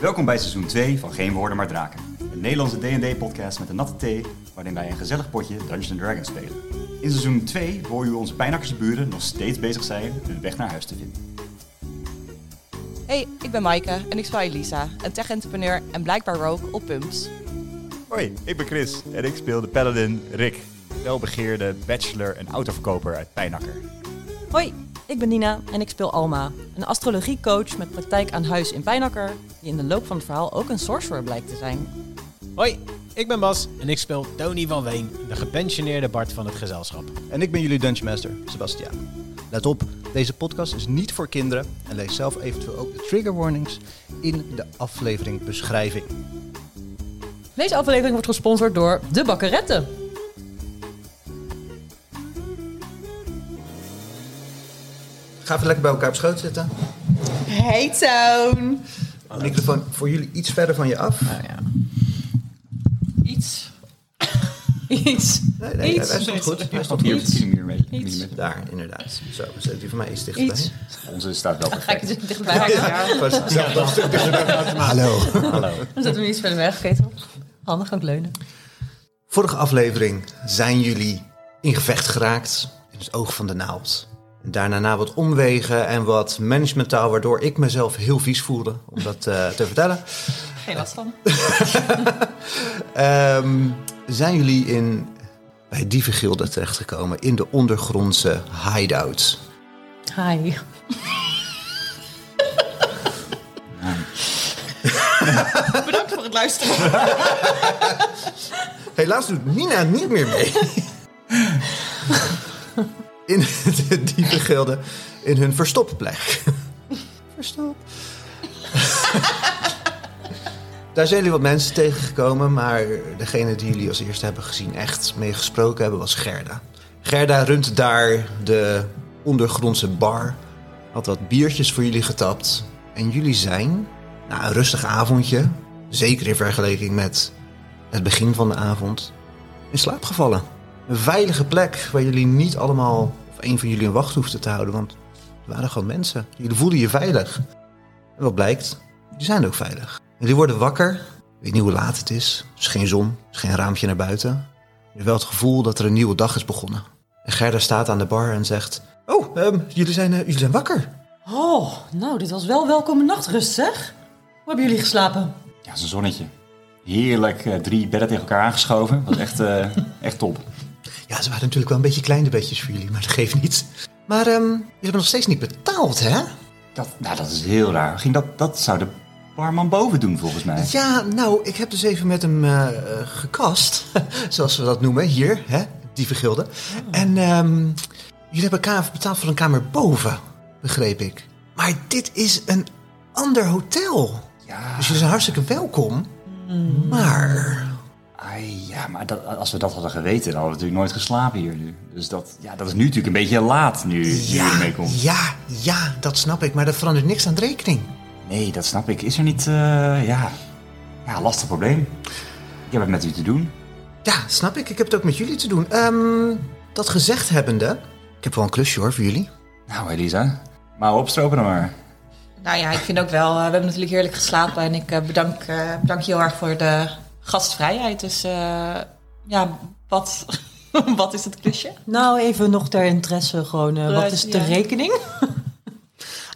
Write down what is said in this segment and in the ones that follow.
Welkom bij seizoen 2 van Geen Woorden Maar Draken. Een Nederlandse D&D-podcast met een natte thee, waarin wij een gezellig potje Dungeons Dragons spelen. In seizoen 2 hoor je onze pijnakkersburen nog steeds bezig zijn hun weg naar huis te vinden. Hey, ik ben Maaike en ik speel Elisa, een tech-entrepreneur en blijkbaar rogue op Pumps. Hoi, ik ben Chris en ik speel de paladin Rick, welbegeerde bachelor en autoverkoper uit Pijnakker. Hoi, ik ben Nina en ik speel Alma, een astrologiecoach met praktijk aan huis in Pijnakker, die in de loop van het verhaal ook een sorcerer blijkt te zijn. Hoi, ik ben Bas en ik speel Tony van Ween, de gepensioneerde Bart van het gezelschap. En ik ben jullie Dungeon Master, Sebastiaan. Let op, deze podcast is niet voor kinderen en lees zelf eventueel ook de trigger warnings in de aflevering beschrijving. Deze aflevering wordt gesponsord door De Bakkeretten. Ga even lekker bij elkaar op schoot zitten. Hey Toon. Microfoon voor jullie iets verder van je af. Iets. Iets. Nee, nee, Iets. hij stond goed. Hij stond Hier goed. op de 10 mm. Iets. Daar, inderdaad. Zo, zet die van mij iets Iets. dichterbij. Onze staat wel Ga ik perfect. het dichtbij houden? Vast- Hallo. Dan zetten we iets verder weg. Oké, toch? Handig ook leunen. Vorige aflevering zijn jullie in gevecht geraakt in het oog van de naald. En Daarna na wat omwegen en wat managementtaal, waardoor ik mezelf heel vies voelde om dat eh, te vertellen. Geen last van. Ehm, zijn jullie in, bij Dievengilde terechtgekomen in de ondergrondse hideout? Hi. Bedankt voor het luisteren. Helaas doet Nina niet meer mee. in de Dievengilde, in hun verstopplek. Verstop. Daar zijn jullie wat mensen tegengekomen, maar degene die jullie als eerste hebben gezien, echt mee gesproken hebben, was Gerda. Gerda runt daar de ondergrondse bar, had wat biertjes voor jullie getapt. En jullie zijn, na een rustig avondje, zeker in vergelijking met het begin van de avond, in slaap gevallen. Een veilige plek waar jullie niet allemaal, of één van jullie een wacht hoefde te houden, want het waren gewoon mensen. Jullie voelden je veilig. En wat blijkt, die zijn ook veilig. Jullie worden wakker, Ik weet niet hoe laat het is, er is geen zon, er is geen raampje naar buiten. Je hebt wel het gevoel dat er een nieuwe dag is begonnen. En Gerda staat aan de bar en zegt, oh, ehm, jullie, zijn, eh, jullie zijn wakker. Oh, nou, dit was wel welkome nachtrust, zeg. Hoe hebben jullie geslapen? Ja, zo'n zonnetje. Heerlijk, eh, drie bedden tegen elkaar aangeschoven. was echt, eh, echt top. Ja, ze waren natuurlijk wel een beetje kleine bedjes voor jullie, maar dat geeft niet. Maar ehm, jullie hebben nog steeds niet betaald, hè? Dat, nou, dat is heel raar. Ging dat, dat zou de barman boven doen, volgens mij. Ja, nou, ik heb dus even met hem eh, eh, gekast, zoals we dat noemen, hier, hè, dievengilde. En ehm, jullie hebben elkaar betaald voor een kamer boven, begreep ik. Maar dit is een ander hotel. Ja, Dus jullie zijn hartstikke welkom, maar... ai, ja maar dat, als we dat hadden geweten, dan hadden we natuurlijk nooit geslapen hier nu. Dus dat, ja, dat is nu natuurlijk een beetje laat, nu, nu je Ja, ermee komt. ja, ja, dat snap ik, maar dat verandert niks aan de rekening. Nee, dat snap ik. Is er niet, eh, ja, ja, lastig probleem. Ik heb het met u te doen. Ja, snap ik. Ik heb het ook met jullie te doen. Ehm, dat gezegd hebbende, ik heb wel een klusje hoor voor jullie. Nou, Elisa, maar opstropen dan maar. Nou ja, ik vind ook wel. eh, we hebben natuurlijk heerlijk geslapen. En ik eh, bedank, eh, bedank je heel erg voor de gastvrijheid. Dus eh, ja, wat, wat is het klusje? Nou, even nog ter interesse gewoon. eh, wat Prijs, is de ja. rekening?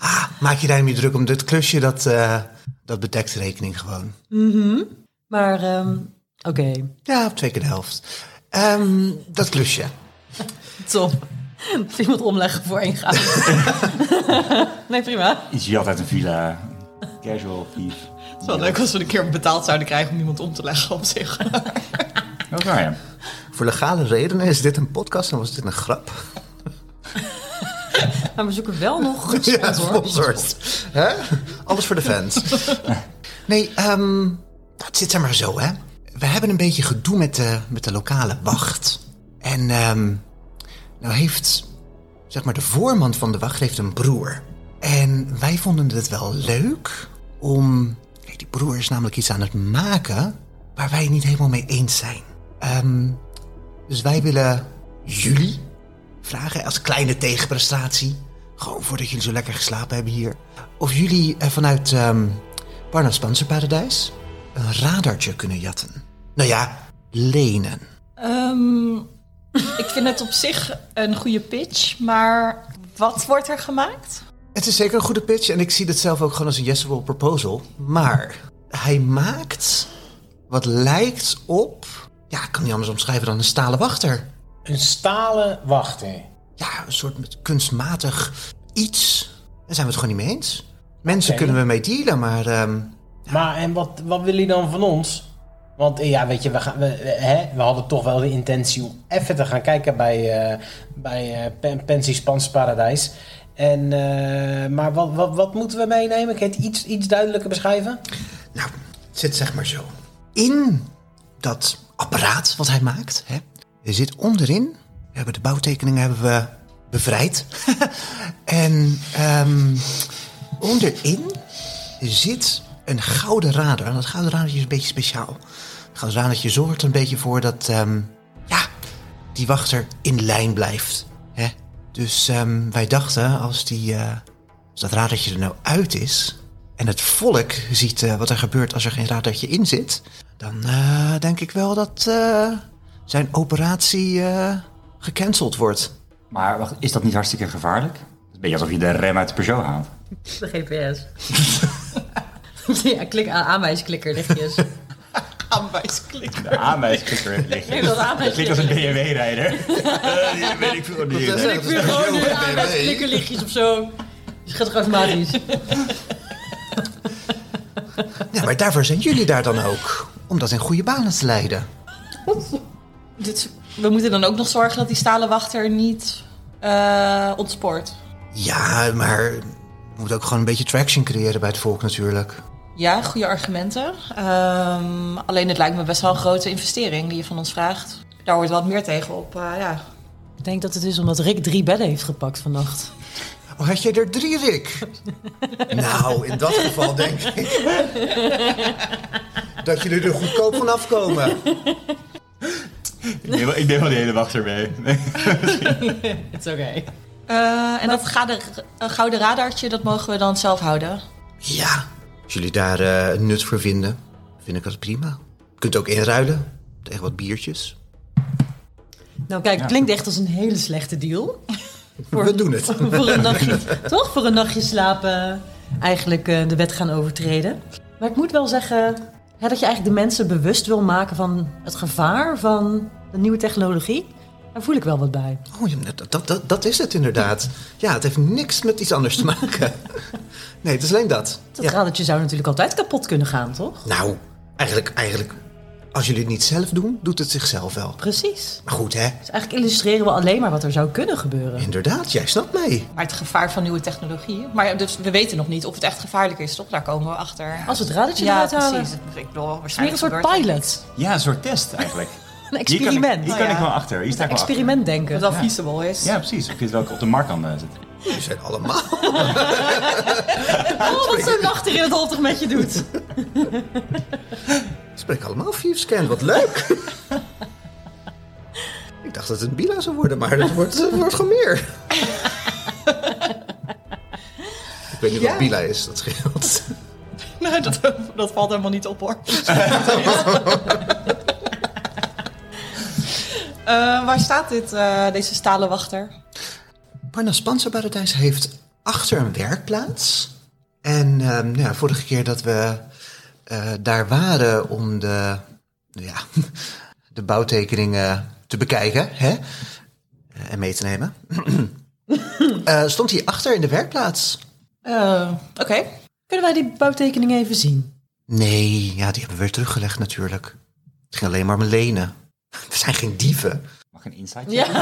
Ah, maak je daar niet druk om. Dit klusje, dat, eh, dat bedekt de rekening gewoon. Maar, ehm, oké. Ja, twee keer de helft. Ehm, dat klusje. Top. Iemand omleggen voor één gaan. nee, prima. Iets jat uit een villa. Casual thief. Het is wel leuk als we een keer betaald zouden krijgen om iemand om te leggen op zich. Dat is waar, ja. Voor legale redenen is dit een podcast en was dit een grap. Maar we zoeken wel nog Ja, sponsors. sponsors. Hè? Alles voor de fans. Nee, ehm, dat zit er maar zo, hè. We hebben een beetje gedoe met de, met de lokale wacht. En ehm, nou heeft, zeg maar, de voorman van de wacht heeft een broer. En wij vonden het wel leuk om... Kijk, die broer is namelijk iets aan het maken waar wij het niet helemaal mee eens zijn. Ehm, dus wij willen jullie vragen als kleine tegenprestatie. Gewoon voordat jullie zo lekker geslapen hebben hier. Of jullie eh, vanuit ehm, Parnas Panzerparadijs een radartje kunnen jatten. Nou ja, lenen. Ehm, ik vind het op zich een goede pitch, maar wat wordt er gemaakt? Het is zeker een goede pitch en ik zie dit zelf ook gewoon als een yesable proposal. Maar hij maakt wat lijkt op... Ja, ik kan niet anders omschrijven dan een stalen wachter. Een stalen wachter. Ja, een soort met kunstmatig iets. Daar zijn we het gewoon niet mee eens. Mensen kunnen we mee dealen, maar... ehm, Maar en wat, wat wil hij dan van ons? Want eh, ja, weet je, we, gaan, we, we- hè, we hadden toch wel de intentie om even te gaan kijken bij, eh bij eh Pen- Pensies Pansparadijs. En, eh, maar wat, wat, wat moeten we meenemen? Kan je het iets, iets duidelijker beschrijven? Nou, het zit zeg maar zo. In dat apparaat wat hij maakt, hè, er zit onderin. We hebben de bouwtekeningen hebben we bevrijd. en ehm, onderin zit een gouden radar. En dat gouden radertje is een beetje speciaal. Het gouden radertje zorgt er een beetje voor dat ehm, ja, die wachter in lijn blijft. Hè? Dus ehm, wij dachten, als die. eh, als dat radertje er nou uit is en het volk ziet eh, wat er gebeurt als er geen radertje in zit, dan eh, denk ik wel dat eh, zijn operatie eh, gecanceld wordt. Maar wacht, is dat niet hartstikke gevaarlijk? Het is een beetje alsof je de rem uit de Peugeot haalt. De GPS. Ja, klik aan, aanwijsklikker lichtjes. Aanwijsklikker. De aanwijzkikker heeft liggen. Nee, dat Dat klinkt als een BMW-rijder. weet ik veel niet. dat is Gewoon nu aanwijsklikkerlichtjes of zo. Dus gaat toch automatisch? Ja, maar daarvoor zijn jullie daar dan ook. Om dat in goede banen te leiden. Dus we moeten dan ook nog zorgen dat die stalen wachter niet eh, ontspoort. Ja, maar je moet ook gewoon een beetje traction creëren bij het volk natuurlijk. Ja, goede argumenten. Ehm, alleen het lijkt me best wel een grote investering die je van ons vraagt. Daar hoort wat meer tegen op. eh, ja. Ik denk dat het is omdat Rick drie bedden heeft gepakt vannacht. Oh, had jij er drie, Rick? nou, in dat geval denk ik dat jullie er goedkoop van afkomen. Ik neem wel- Ik neem wel de hele wachter mee. It's okay. Eh, en dat gade- eh, gouden radartje, dat mogen we dan zelf houden. Ja, als jullie daar eh, een nut voor vinden, vind ik dat prima. Je kunt ook inruilen tegen wat biertjes. Nou kijk, het klinkt echt als een hele slechte deal. We doen het. Voor een nachtje, toch? Voor een nachtje slapen. Eigenlijk eh, de wet gaan overtreden. Maar ik moet wel zeggen hè, dat je eigenlijk de mensen bewust wil maken van het gevaar van de nieuwe technologie. Daar voel ik wel wat bij. Oh, ja, dat, dat, dat, dat is het inderdaad. Ja, het heeft niks met iets anders te maken. Nee, het is alleen dat. Dat Ja. radertje zou natuurlijk altijd kapot kunnen gaan, toch? Nou, eigenlijk, eigenlijk, als jullie het niet zelf doen, doet het zichzelf wel. Precies. Maar goed, hè? Dus eigenlijk illustreren we alleen maar wat er zou kunnen gebeuren. Inderdaad, jij snapt mij. Maar het gevaar van nieuwe technologie. Maar dus we weten nog niet of het echt gevaarlijk is, toch? Daar komen we achter. Als we het radertje ja, eruit halen. precies. Ik bedoel, Het is waarschijnlijk meer een soort gebeurt er pilot. Ja, een soort test eigenlijk. Hier Een kan ik- experiment. Hier Oh, kan ja. ik wel achter. Hier sta ik wel achter. Experiment denken. Dat het wel feasible is. Ja, precies. Of je het wel op de markt kan eh, zetten. Jullie zijn allemaal. Oh, wat zo'n nachter in het hoofd toch met je doet. Spreek allemaal Thieves Can, wat leuk. ik dacht dat het een Bila zou worden, maar dat wordt, het wordt gewoon meer. ik weet niet wat Bila is, dat scheelt. Nee, dat, dat valt helemaal niet op hoor. Eh, waar staat dit, eh, deze stalen wachter? Parnas Panzerparadijs heeft achter een werkplaats. En ehm, nou ja, vorige keer dat we eh, daar waren om de, nou ja, de bouwtekeningen te bekijken hè, eh, en mee te nemen, eh, stond hij achter in de werkplaats. Eh, Oké. Kunnen wij die bouwtekening even zien? Nee, ja, die hebben we weer teruggelegd natuurlijk. Het ging alleen maar om lenen. We zijn geen dieven. Mag ik een insight? Ja.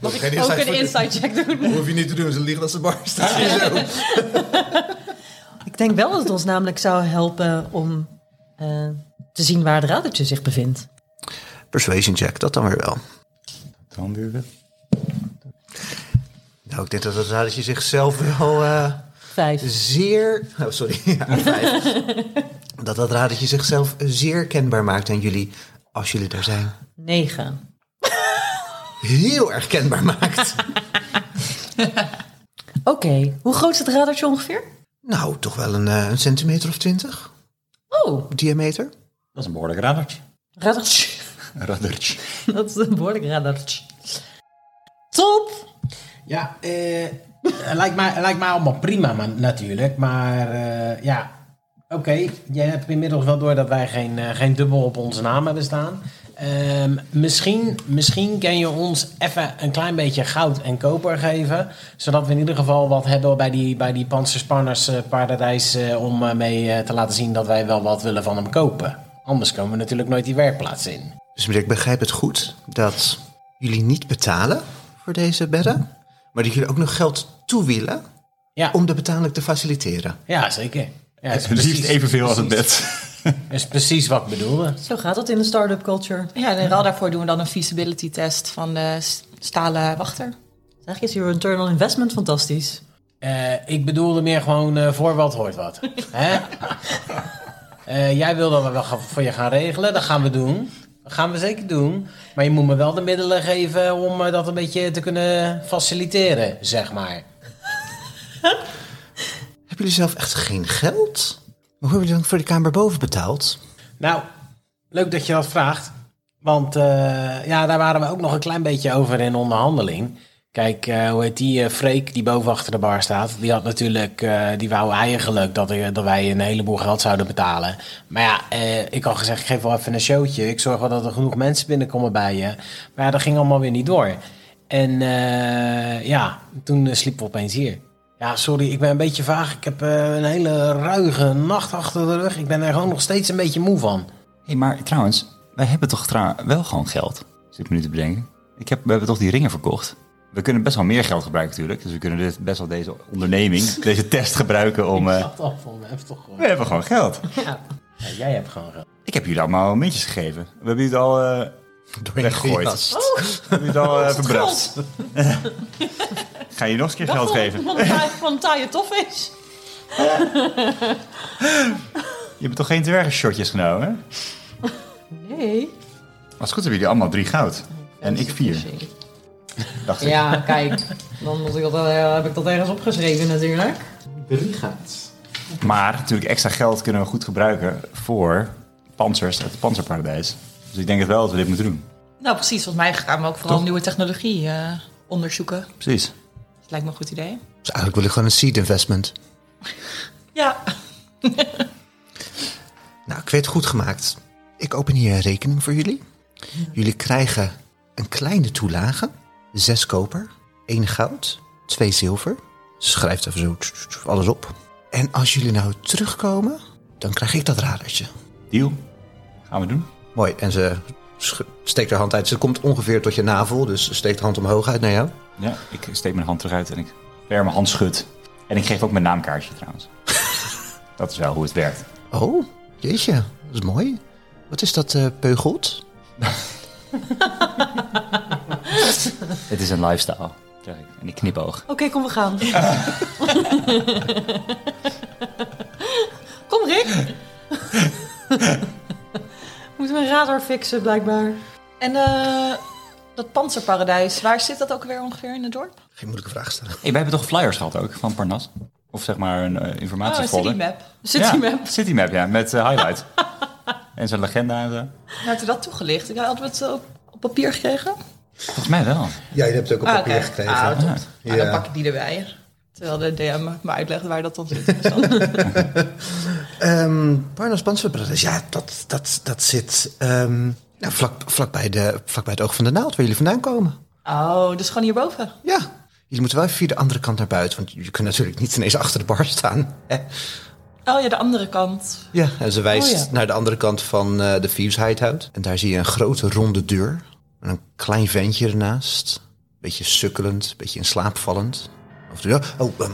Mag ik Ook een inside check doen. Hoef je niet te doen, ze liggen als ze bar staan. Ik denk wel dat het ons namelijk zou helpen om eh, te zien waar de radertje zich bevindt. Persuasion check, dat dan weer wel. Dan duren. Nou, ik denk dat het radertje zichzelf wel eh, Vijf. zeer... Oh, sorry. Ja, vijf. dat dat radertje zichzelf zeer kenbaar maakt aan jullie, als jullie daar zijn. Negen. Heel erg kenbaar maakt. Oké, hoe groot is het radertje ongeveer? Nou, toch wel een, eh, een centimeter of twintig Oh, diameter. Dat is een behoorlijk radertje. raddertje. Een Radertje. Dat is een behoorlijk raddertje. Top! Ja, eh, het lijkt, mij, het lijkt mij allemaal prima maar, natuurlijk. Maar eh, ja, oké. Je hebt inmiddels wel door dat wij geen, eh, geen dubbel op onze naam hebben staan. Ehm, misschien, misschien kan je ons even een klein beetje goud en koper geven. Zodat we in ieder geval wat hebben bij die, bij die Panzerspanners eh, Paradijs. eh, om eh, mee eh, te laten zien dat wij wel wat willen van hem kopen. Anders komen we natuurlijk nooit die werkplaats in. Dus meneer, ik begrijp het goed dat jullie niet betalen voor deze bedden, maar dat jullie ook nog geld toewielen Ja, om de betaling te faciliteren. ja zeker. Ja, is Liefst precies- evenveel als het precies- bed. is precies wat ik bedoelde. Zo gaat het in de start-up culture. Ja, en in ruil daarvoor doen we dan een feasibility test van de s- stalen wachter. Zeg, is je return on investment fantastisch? Eh, ik bedoelde meer gewoon eh, voor wat hoort wat. Hè? Eh, jij wil dat we wel gaan- voor je gaan regelen, dat gaan we doen. Dat gaan we zeker doen. Maar je moet me wel de middelen geven om eh, dat een beetje te kunnen faciliteren, zeg maar. Hebben jullie zelf echt geen geld? Maar hoe hebben jullie dan voor de kamer boven betaald? Nou, leuk dat je dat vraagt. Want eh, ja, daar waren we ook nog een klein beetje over in onderhandeling. Kijk, eh, hoe heet die eh, Freek die boven achter de bar staat? Die had natuurlijk, eh, die wou eigenlijk dat, eh, dat wij een heleboel geld zouden betalen. Maar ja, eh, ik had gezegd, ik geef wel even een showtje. Ik zorg wel dat er genoeg mensen binnenkomen bij je. Maar ja, dat ging allemaal weer niet door. En eh, ja, toen eh, sliepen we opeens hier. Ja, sorry, ik ben een beetje vaag. Ik heb eh, een hele ruige nacht achter de rug. Ik ben er gewoon nog steeds een beetje moe van. hey, maar trouwens, wij hebben toch trouw- wel gewoon geld? Zit ik me nu te bedenken. Ik heb, we hebben toch die ringen verkocht? We kunnen best wel meer geld gebruiken natuurlijk. Dus we kunnen dit, best wel deze onderneming, deze test gebruiken om... eh, af van me, heb toch gewoon. we hebben gewoon geld. jij hebt gewoon geld. Ik heb jullie allemaal muntjes gegeven. We hebben jullie al eh, weggegooid. We gejast. hebben jullie al eh verbrast. Ga je nog eens een keer geld geven? Van taai- Van taaie tof is. Je hebt toch geen dwergenshotjes genomen? hè? Nee. Als het goed hebben jullie allemaal drie goud. En ik vier, dacht ik. Ja, kijk. Dan moet ik dat, eh, heb ik dat ergens opgeschreven natuurlijk. Brigaat. Maar natuurlijk extra geld kunnen we goed gebruiken voor panzers uit het panzerparadijs. Dus ik denk het wel dat we dit moeten doen. Nou, precies. Volgens mij gaan we ook vooral nieuwe technologie eh, onderzoeken. Precies. Dat lijkt me een goed idee. Dus eigenlijk wil ik gewoon een seed investment. Ja. Nou, ik weet het goed gemaakt. Ik open hier een rekening voor jullie. Jullie krijgen een kleine toelage. Zes koper, één goud, twee zilver. Schrijf even zo tss, tss, alles op. En als jullie nou terugkomen, dan krijg ik dat radertje. Deal. Gaan we doen. Mooi, en ze sch- steekt haar hand uit. Ze komt ongeveer tot je navel, dus ze steekt de hand omhoog uit naar jou. Ja, ik steek mijn hand terug uit en ik ver mijn hand schud. En ik geef ook mijn naamkaartje trouwens. dat is wel hoe het werkt. Oh, jeetje, dat is mooi. Wat is dat, eh peugelt? Het is een lifestyle, zeg ik. En ik knipoog. Oké, kom, we gaan. kom, Rick. Moeten we een radar fixen, blijkbaar. En eh, dat panzerparadijs, waar zit dat ook weer ongeveer in het dorp? Geen moeilijke vraag stellen. hey, wij hebben toch flyers gehad ook van Parnas? Of zeg maar een eh, Oh, een informatiefolder. citymap. Ja, Citymap. Citymap, ja. Met eh, highlights. en zijn legenda en zo. Nou, had u dat toegelicht? Ik had het eh, op, op papier gekregen. Volgens mij wel. Ja, je hebt het ook op Ah, papier oké. gekregen. Ah, top. Ja. Ah, dan pak ik die erbij. Terwijl de DM me uitlegt waar dat dan zit. Dus dan- Ehm Parnas Panzerbrothers, ja, dat, dat, dat zit ehm, nou, vlak, vlak, bij de, vlak bij het oog van de naald waar jullie vandaan komen. oh, dus gewoon hierboven. Ja, jullie moeten wel even via de andere kant naar buiten, want je kunt natuurlijk niet ineens achter de bar staan. hè. Oh ja, de andere kant. Ja, en ze wijst Oh, ja. naar de andere kant van eh, de Thieves Hideout. En daar zie je een grote ronde deur en een klein ventje ernaast. Beetje sukkelend, beetje in slaap vallend. Of ja, oh, ehm,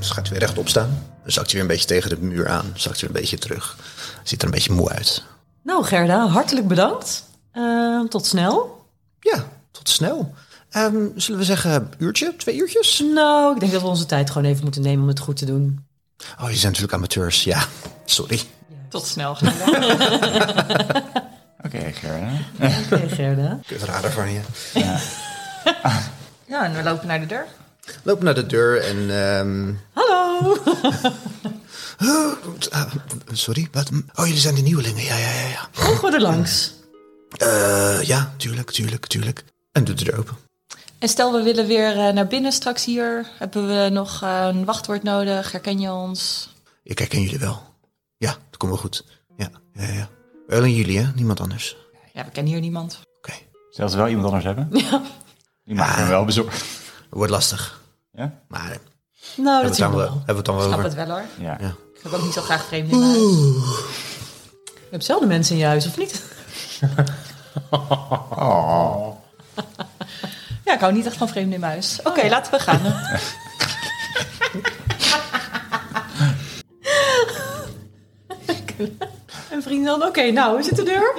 ze gaat weer rechtop staan. Dan zakt hij weer een beetje tegen de muur aan, zakt hij weer een beetje terug. Ziet er een beetje moe uit. Nou, Gerda, hartelijk bedankt. Eh, tot snel. Ja, tot snel. Ehm, zullen we zeggen uurtje, twee uurtjes? Nou, ik denk dat we onze tijd gewoon even moeten nemen om het goed te doen. Oh, je zijn natuurlijk amateurs, ja. Sorry. Tot snel. Oké, Gerda. Oké, Gerda. Kut rader van je. Ja, en we lopen naar de deur. Loop naar de deur en ehm, Hallo. Hallo! Ah, sorry, wat? Oh, jullie zijn de nieuwelingen. Ja, ja, ja, ja. Mogen we er langs? Eh, ja, tuurlijk, tuurlijk, tuurlijk. En doet de deur open. En stel we willen weer eh, naar binnen straks hier. Hebben we nog eh, een wachtwoord nodig? Herken je ons? Ik herken jullie wel. Ja, dat komt wel goed. Ja, ja, ja. Alleen jullie, hè? Niemand anders. Ja, we kennen hier niemand. Oké. Zelfs wel iemand anders hebben. Ja. Die maakt me wel bezorgd. Wordt lastig. Ja? Maar eh, hebben Nou, we dat het zien dan we wel, wel. hebben we het dan wel Ik snap over. het wel hoor. Ja. Ja. Ik wil ook niet zo graag vreemden in mijn huis. Je hebt zelden mensen in je huis, of niet? Ja, ik hou niet echt van vreemden in mijn huis. Oké, Oh laten we gaan. En vrienden dan, oké, nou, is het de deur?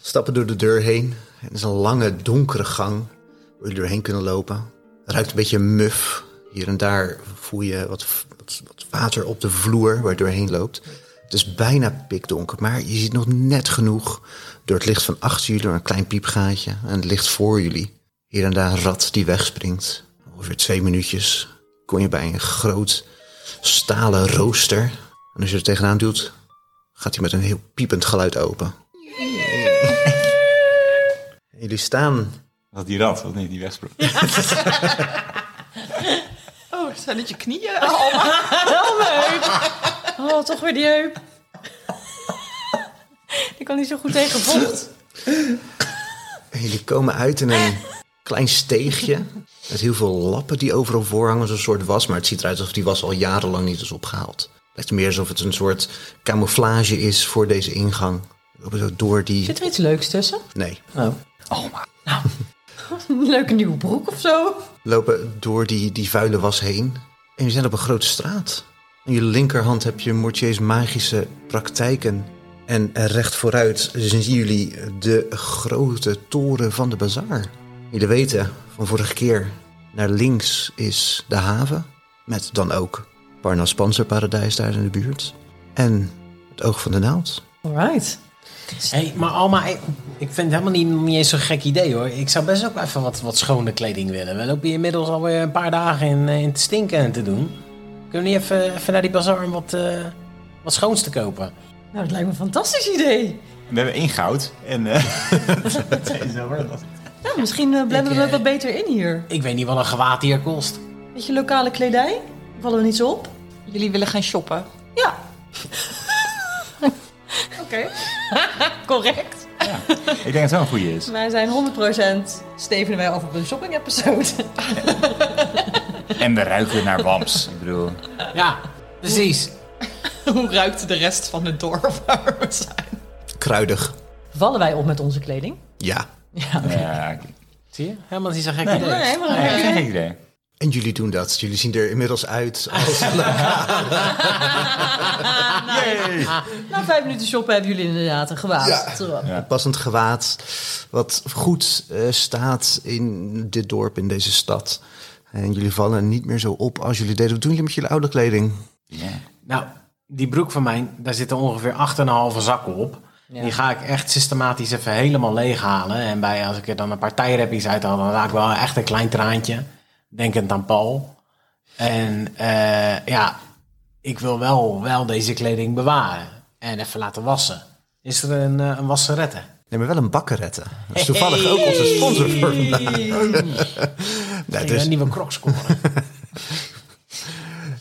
Stappen door de deur heen. En het is een lange, donkere gang waar jullie doorheen kunnen lopen. Het ruikt een beetje muf. Hier en daar voel je wat, wat, wat water op de vloer waar je doorheen loopt. Het is bijna pikdonker, maar je ziet nog net genoeg door het licht van achter jullie, door een klein piepgaatje en het licht voor jullie. Hier en daar een rat die wegspringt. Ongeveer twee minuutjes kom je bij een groot stalen rooster. En als je er tegenaan duwt, gaat hij met een heel piepend geluid open. En jullie staan Dat die rat, dat niet die wegsprong. Oh, zijn het je knieën? Oh. Oh, toch weer die heup. Die kan niet zo goed tegen vocht. En Jullie komen uit in een klein steegje. Met heel veel lappen die overal voorhangen. Zo'n soort was. Maar het ziet eruit alsof die was al jarenlang niet is opgehaald. Lijkt meer alsof het een soort camouflage is voor deze ingang. We lopen zo door die... Zit er iets leuks tussen? Nee. Een leuke nieuwe broek of zo? We lopen door die, die vuile was heen. En je zijn op een grote straat. Aan je linkerhand heb je Mortier's magische praktijken. En recht vooruit zien jullie de grote toren van de bazaar. Jullie weten van vorige keer, naar links is de haven. Met dan ook Parnas Panzerparadijs daar in de buurt. En het oog van de naald. Alright. Hey, maar Alma, ik, ik vind het helemaal niet, niet eens zo'n gek idee hoor. Ik zou best ook even wat, wat schone kleding willen. We lopen hier inmiddels alweer een paar dagen in, eh, in te stinken en te doen. Kunnen we niet even, even naar die bazaar om wat, eh, wat schoons te kopen? Nou, dat lijkt me een fantastisch idee. We hebben één goud en... eh, twee zilver. Dat- Nou, misschien eh, blenden Ik, we het eh, wat beter in hier. Ik weet niet wat een gewaad hier kost. Beetje lokale kledij? Vallen we niet zo op? Jullie willen gaan shoppen. Ja. Oké. Correct. Ik denk dat het wel een goede is. Wij zijn 100% Steven en wij over op een shopping episode. En we ruiken naar Wams. Ik bedoel... Ja, precies. Hoe ruikt de rest van het dorp waar we zijn? Kruidig. Vallen wij op met onze kleding? Ja. Ja, eh, ik- Zie je? Helemaal niet zo'n gek idee. nee, geen idee. En jullie doen dat. Jullie zien er inmiddels uit als... Yay! Na vijf minuten shoppen hebben jullie inderdaad een gewaad. Ja. Terwijl- Ja. Een passend gewaad. Wat goed eh, staat in dit dorp, in deze stad. En jullie vallen niet meer zo op als jullie deden. Wat doen jullie met jullie oude kleding? Ja. Nou, die broek van mij, daar zitten ongeveer 8,5 zakken op. Die ga ik echt systematisch even helemaal leeghalen. En bij, als ik er dan een paar tijreppies uit haal, dan raak ik wel echt een klein traantje. Denkend aan Paul. En eh, ja, ik wil wel, wel deze kleding bewaren. En even laten wassen. Is er een, eh, een wasserette? Nee, maar wel een bakkerette. Dat is toevallig ook onze sponsor voor vandaag. nee, Ik er, is, een nieuwe crocs scoren. er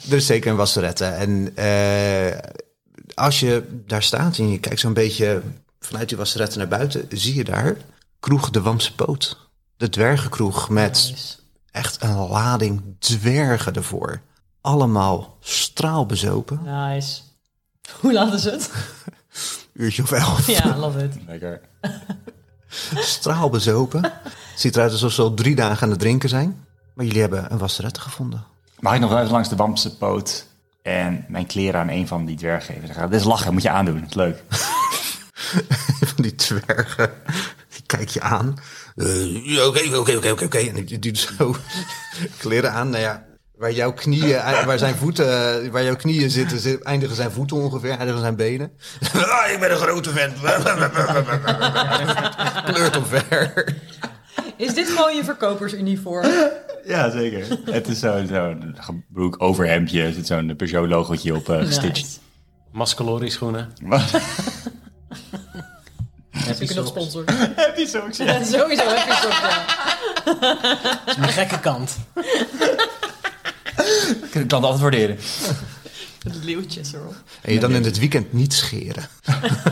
is dus zeker een wasserette. En eh, als je daar staat en je kijkt zo'n beetje vanuit die wasserette naar buiten... zie je daar Kroeg de Wamse Poot. De dwergenkroeg met echt een lading dwergen ervoor. Allemaal straalbezopen. Nice. Hoe laat is het? uurtje of elf. Ja, love it. Lekker. Straalbezopen. Ziet eruit alsof ze al drie dagen aan het drinken zijn. Maar jullie hebben een wasserette gevonden. Mag ik nog wel even langs de Wamse poot en mijn kleren aan een van die dwergen even gaan? Dit is lachen, moet je aandoen. Dat is leuk. Van die dwergen. Die kijk je aan. Eh, ja, Oké, oké, oké, oké, oké. En die doet zo kleren aan. Nou ja, waar jouw knieën, eh, waar zijn voeten, eh, waar jouw knieën zitten, zi- eindigen zijn voeten ongeveer, eindigen zijn benen. Ah, ik ben een grote vent. Kleurt omver. Is dit gewoon je verkopersuniform? Ja, zeker. Het is zo'n zo broek overhemdje. Er zit zo'n Peugeot-logotje op eh, gestitcht. Mascalori schoenen. Wat? Heb je nog nog sponsor. Heb je zo'n Ja, sowieso heb je zo'n de gekke kant. Kan ik dan altijd waarderen. De leeuwtjes erop. En je dan in het weekend niet scheren.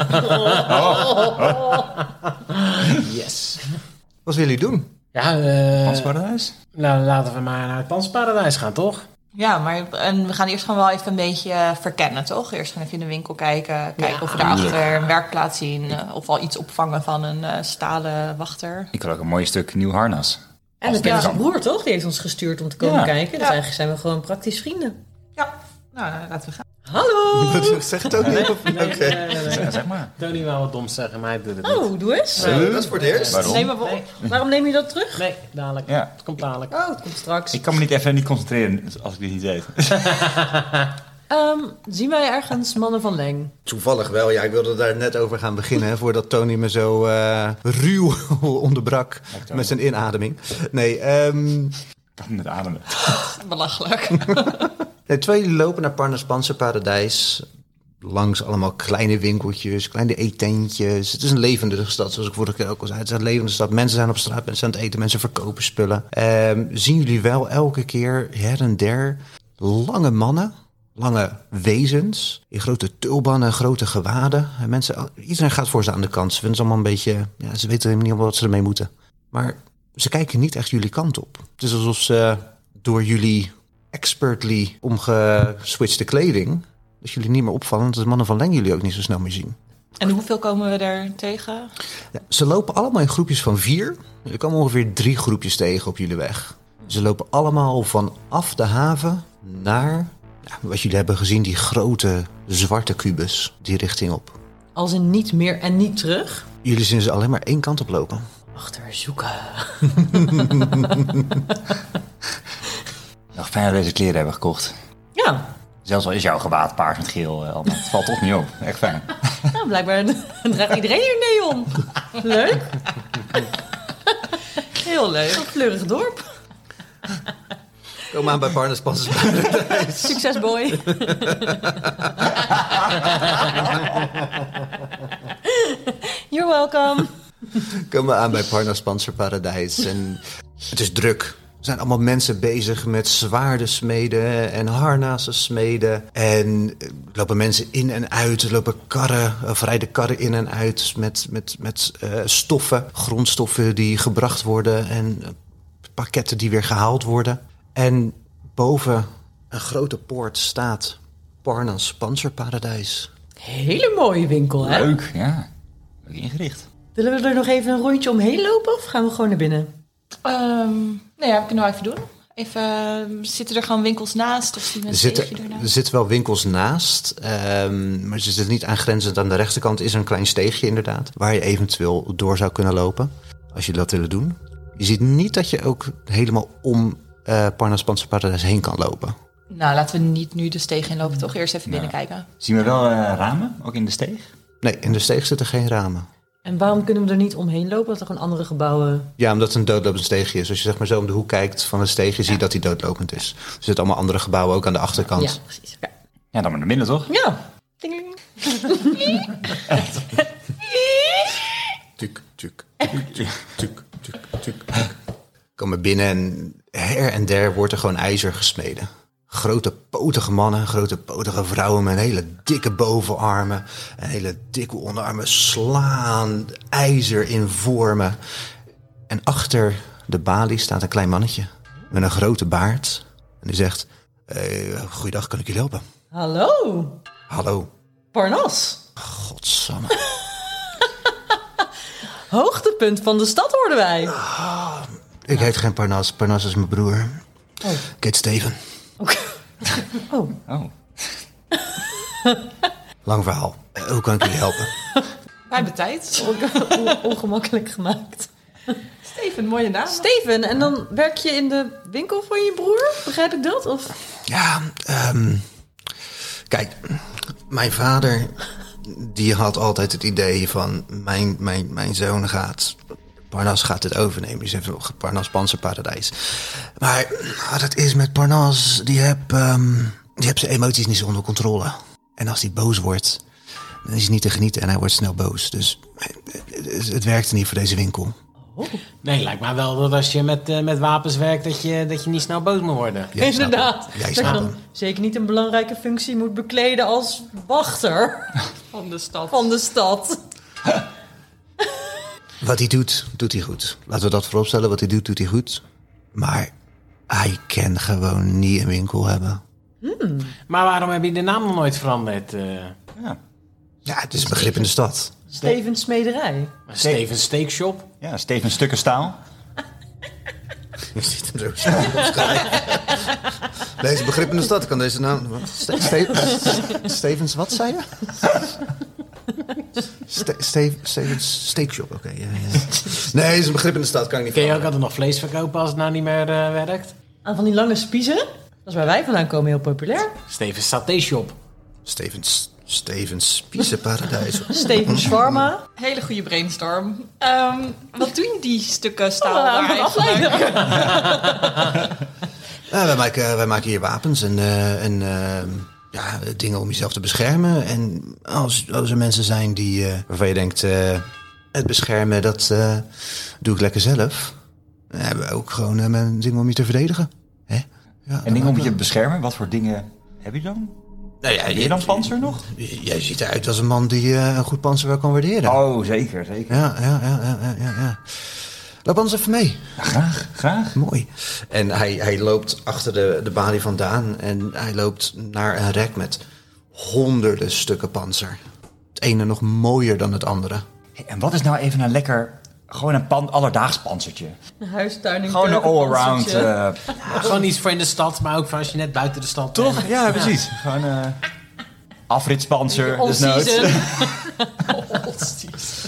Oh. Oh. Yes. Wat willen jullie doen? Ja, eh Pansparadijs? nou, laten we maar naar het dansparadijs gaan, toch? Ja, maar en we gaan eerst gewoon wel even een beetje eh, verkennen, toch? Eerst gaan even in de winkel kijken. Kijken of we daarachter een werkplaats zien. eh, of al iets opvangen van een eh, stalen wachter. Ik wil ook een mooi stuk nieuw harnas. En het dit is kan. broer, toch? Die heeft ons gestuurd om te komen Ja. kijken. Dus Ja. eigenlijk zijn we gewoon praktisch vrienden. Ja, nou, eh, laten we gaan. Hallo! Dat zegt het ook niet. Oké. Ja, zeg maar. Tony wou wat doms zeggen, maar hij doet het niet. Oh, doe eens. Zo, dat is voor het eerst. Waarom? Neem maar op. Waarom neem je dat terug? Nee, dadelijk. Ja. Het komt dadelijk. Oh, het komt straks. Ik kan me niet even niet concentreren als ik dit niet weet. Ehm, zien wij ergens mannen van Leng? Toevallig wel, ja. Ik wilde daar net over gaan beginnen, hè, voordat Tony me zo eh, ruw onderbrak met zijn inademing. Nee, ehm, Ik kan met ademen. Belachelijk. nee, terwijl jullie lopen naar Parnaspanse Paradijs, langs allemaal kleine winkeltjes, kleine etentjes. Het is een levendige stad, zoals ik vorige keer ook al zei. Het is een levende stad. Mensen zijn op straat, mensen zijn aan het eten, mensen verkopen spullen. Ehm, zien jullie wel elke keer her en der lange mannen, lange wezens, in grote tulbannen, grote gewaden. En mensen, iedereen gaat voor ze aan de kant. Ze vinden ze allemaal een beetje, ja, ze weten helemaal niet wat ze ermee moeten. Maar ze kijken niet echt jullie kant op. Het is alsof ze door jullie expertly omgeswitchte kleding, dat jullie niet meer opvallen, dat de mannen van Leng jullie ook niet zo snel meer zien. En hoeveel komen we er tegen? Ja, ze lopen allemaal in groepjes van vier. Er komen ongeveer drie groepjes tegen op jullie weg. Ze lopen allemaal vanaf de haven naar, ja, wat jullie hebben gezien, die grote zwarte kubus, die richting op. Als in niet meer en niet terug? Jullie zien ze alleen maar één kant op lopen. Achterzoeken. Nog fijn dat we deze kleren hebben gekocht. Ja, Zelfs al is jouw gewaad paars met geel, eh, allemaal. Het valt toch niet op. Echt fijn. nou, blijkbaar draagt iedereen hier neon. Leuk. Heel leuk. Een kleurig dorp. Kom aan bij Barnes Passes. Succes, boy. You're welcome. Komen we aan bij Parnas Panzerparadijs. En het is druk. Er zijn allemaal mensen bezig met zwaarden smeden en harnassen smeden. En eh, lopen mensen in en uit. Er lopen karren, of rijden karren in en uit met, met, met eh, stoffen. Grondstoffen die gebracht worden en eh, pakketten die weer gehaald worden. En boven een grote poort staat Parnas Panzerparadijs. Hele mooie winkel, hè? Leuk, ja. Leuk ingericht. Willen we er nog even een rondje omheen lopen of gaan we gewoon naar binnen? Ehm nou ja, we kunnen wel even doen. Even, eh, zitten er gewoon winkels naast? Of zien we een Er zitten, steegje er ernaast? zitten wel winkels naast, ehm, maar ze zitten niet aangrenzend. Aan de rechterkant is er een klein steegje inderdaad, waar je eventueel door zou kunnen lopen, als je dat willen doen. Je ziet niet dat je ook helemaal om eh Parnas Panzer Paradijs heen kan lopen. Nou, laten we niet nu de steeg inlopen, toch? Eerst even binnenkijken. Zien we wel eh, ramen, ook in de steeg? Nee, in de steeg zitten geen ramen. En waarom kunnen we er niet omheen lopen? Dat er gewoon andere gebouwen... Ja, omdat het een doodlopend steegje is. Als je zeg maar zo om de hoek kijkt van een steegje, zie je dat hij doodlopend is. Er zitten allemaal andere gebouwen ook aan de achterkant. Ja, precies. Ja. Ja, dan maar naar binnen, toch? Ja. Tuk, tuk, tuk, tuk, tuk, tuk, tuk. Komen binnen en her en der wordt er gewoon ijzer gesmeden. Grote potige mannen, grote potige vrouwen met hele dikke bovenarmen en hele dikke onderarmen slaan ijzer in vormen. En achter de balie staat een klein mannetje met een grote baard. En die zegt, eh goeiedag, kan ik jullie helpen? Hallo, Hallo, Parnas. godsamme. Hoogtepunt van de stad hoorden wij. Ik heet geen Parnas, Parnas is mijn broer. Oh. Ik heet Steven. Oh, Oh. Lang verhaal. Eh, Hoe kan ik jullie helpen? Wij hebben tijd. on- ongemakkelijk gemaakt. Steven, mooie naam. Steven, en dan werk je in de winkel van je broer? Begrijp ik dat? Of Ja, ehm, kijk, mijn vader die had altijd het idee van mijn, mijn, mijn zoon gaat Parnas gaat het overnemen. Die zegt nog Parnas Panzerparadijs. Maar wat het is met Parnas, die hebt ehm, die hebt zijn emoties niet zo onder controle. En als hij boos wordt, dan is hij niet te genieten en hij wordt snel boos. Dus eh, het, het werkte niet voor deze winkel. Nee, lijkt mij wel dat als je met, eh, met wapens werkt, dat je, dat je niet snel boos moet worden. Jij snapt hem. Inderdaad. Jij Dat je snapt dan hem. zeker niet een belangrijke functie moet bekleden als wachter Van de stad. van de stad. Wat hij doet, doet hij goed. Laten we dat vooropstellen. Wat hij doet, doet hij goed. Maar hij kan gewoon niet een winkel hebben. Maar waarom heb je de naam nog nooit veranderd? eh? Ja, Ja, het is een begrip in de stad. Steven Smederij. Steven Steakshop? ja Steven Stukken Staal. Je ziet hem zo Deze begrip in de stad kan deze naam... wat? Ste- Ste- Stevens, wat zei je? Ste- Ste- Stevens Steakshop, oké. ja, ja. Nee, het is een begrip in de stad, kan ik niet Kun je ook veranderen. altijd nog vlees verkopen als het nou niet meer eh, werkt? Aan van die lange spiezen. Dat is waar wij vandaan komen, heel populair. Steven Saté Shop. Stevens, Stevens Piezenparadijs. Steven Swarma. Hele goede brainstorm. Ehm, wat doen die stukken staal Oh, daar wat eigenlijk? Ja, wij, maken, eh, wij maken hier wapens en, eh, en eh, ja, dingen om jezelf te beschermen. En als, als er mensen zijn die, eh, waarvan je denkt, eh, het beschermen, dat eh, doe ik lekker zelf. Dan hebben we ook gewoon eh, men- dingen om je te verdedigen. Hè? Ja, dat En dingen om maken je we. te beschermen. Wat voor dingen heb je dan? Nou ja, Heb je dan panzer nog? j- Jij ziet eruit als een man die eh, een goed panzer wel kan waarderen. Oh, zeker, zeker. Ja, ja, ja, ja, ja, ja, ja. Loop anders even mee. Graag, graag. Mooi. En hij, hij loopt achter de, de balie vandaan en hij loopt naar een rek met honderden stukken panzer. Het ene nog mooier dan het andere. Hey, en wat is nou even een lekker, gewoon een pan, alledaags panzertje? Een huistuin in Gewoon een all-around. keukenpansertje. eh, Ah. Gewoon iets voor in de stad, maar ook voor als je net buiten de stad bent. toch? Ja, precies. Gewoon eh eh, dus afritspanzer, desnoods.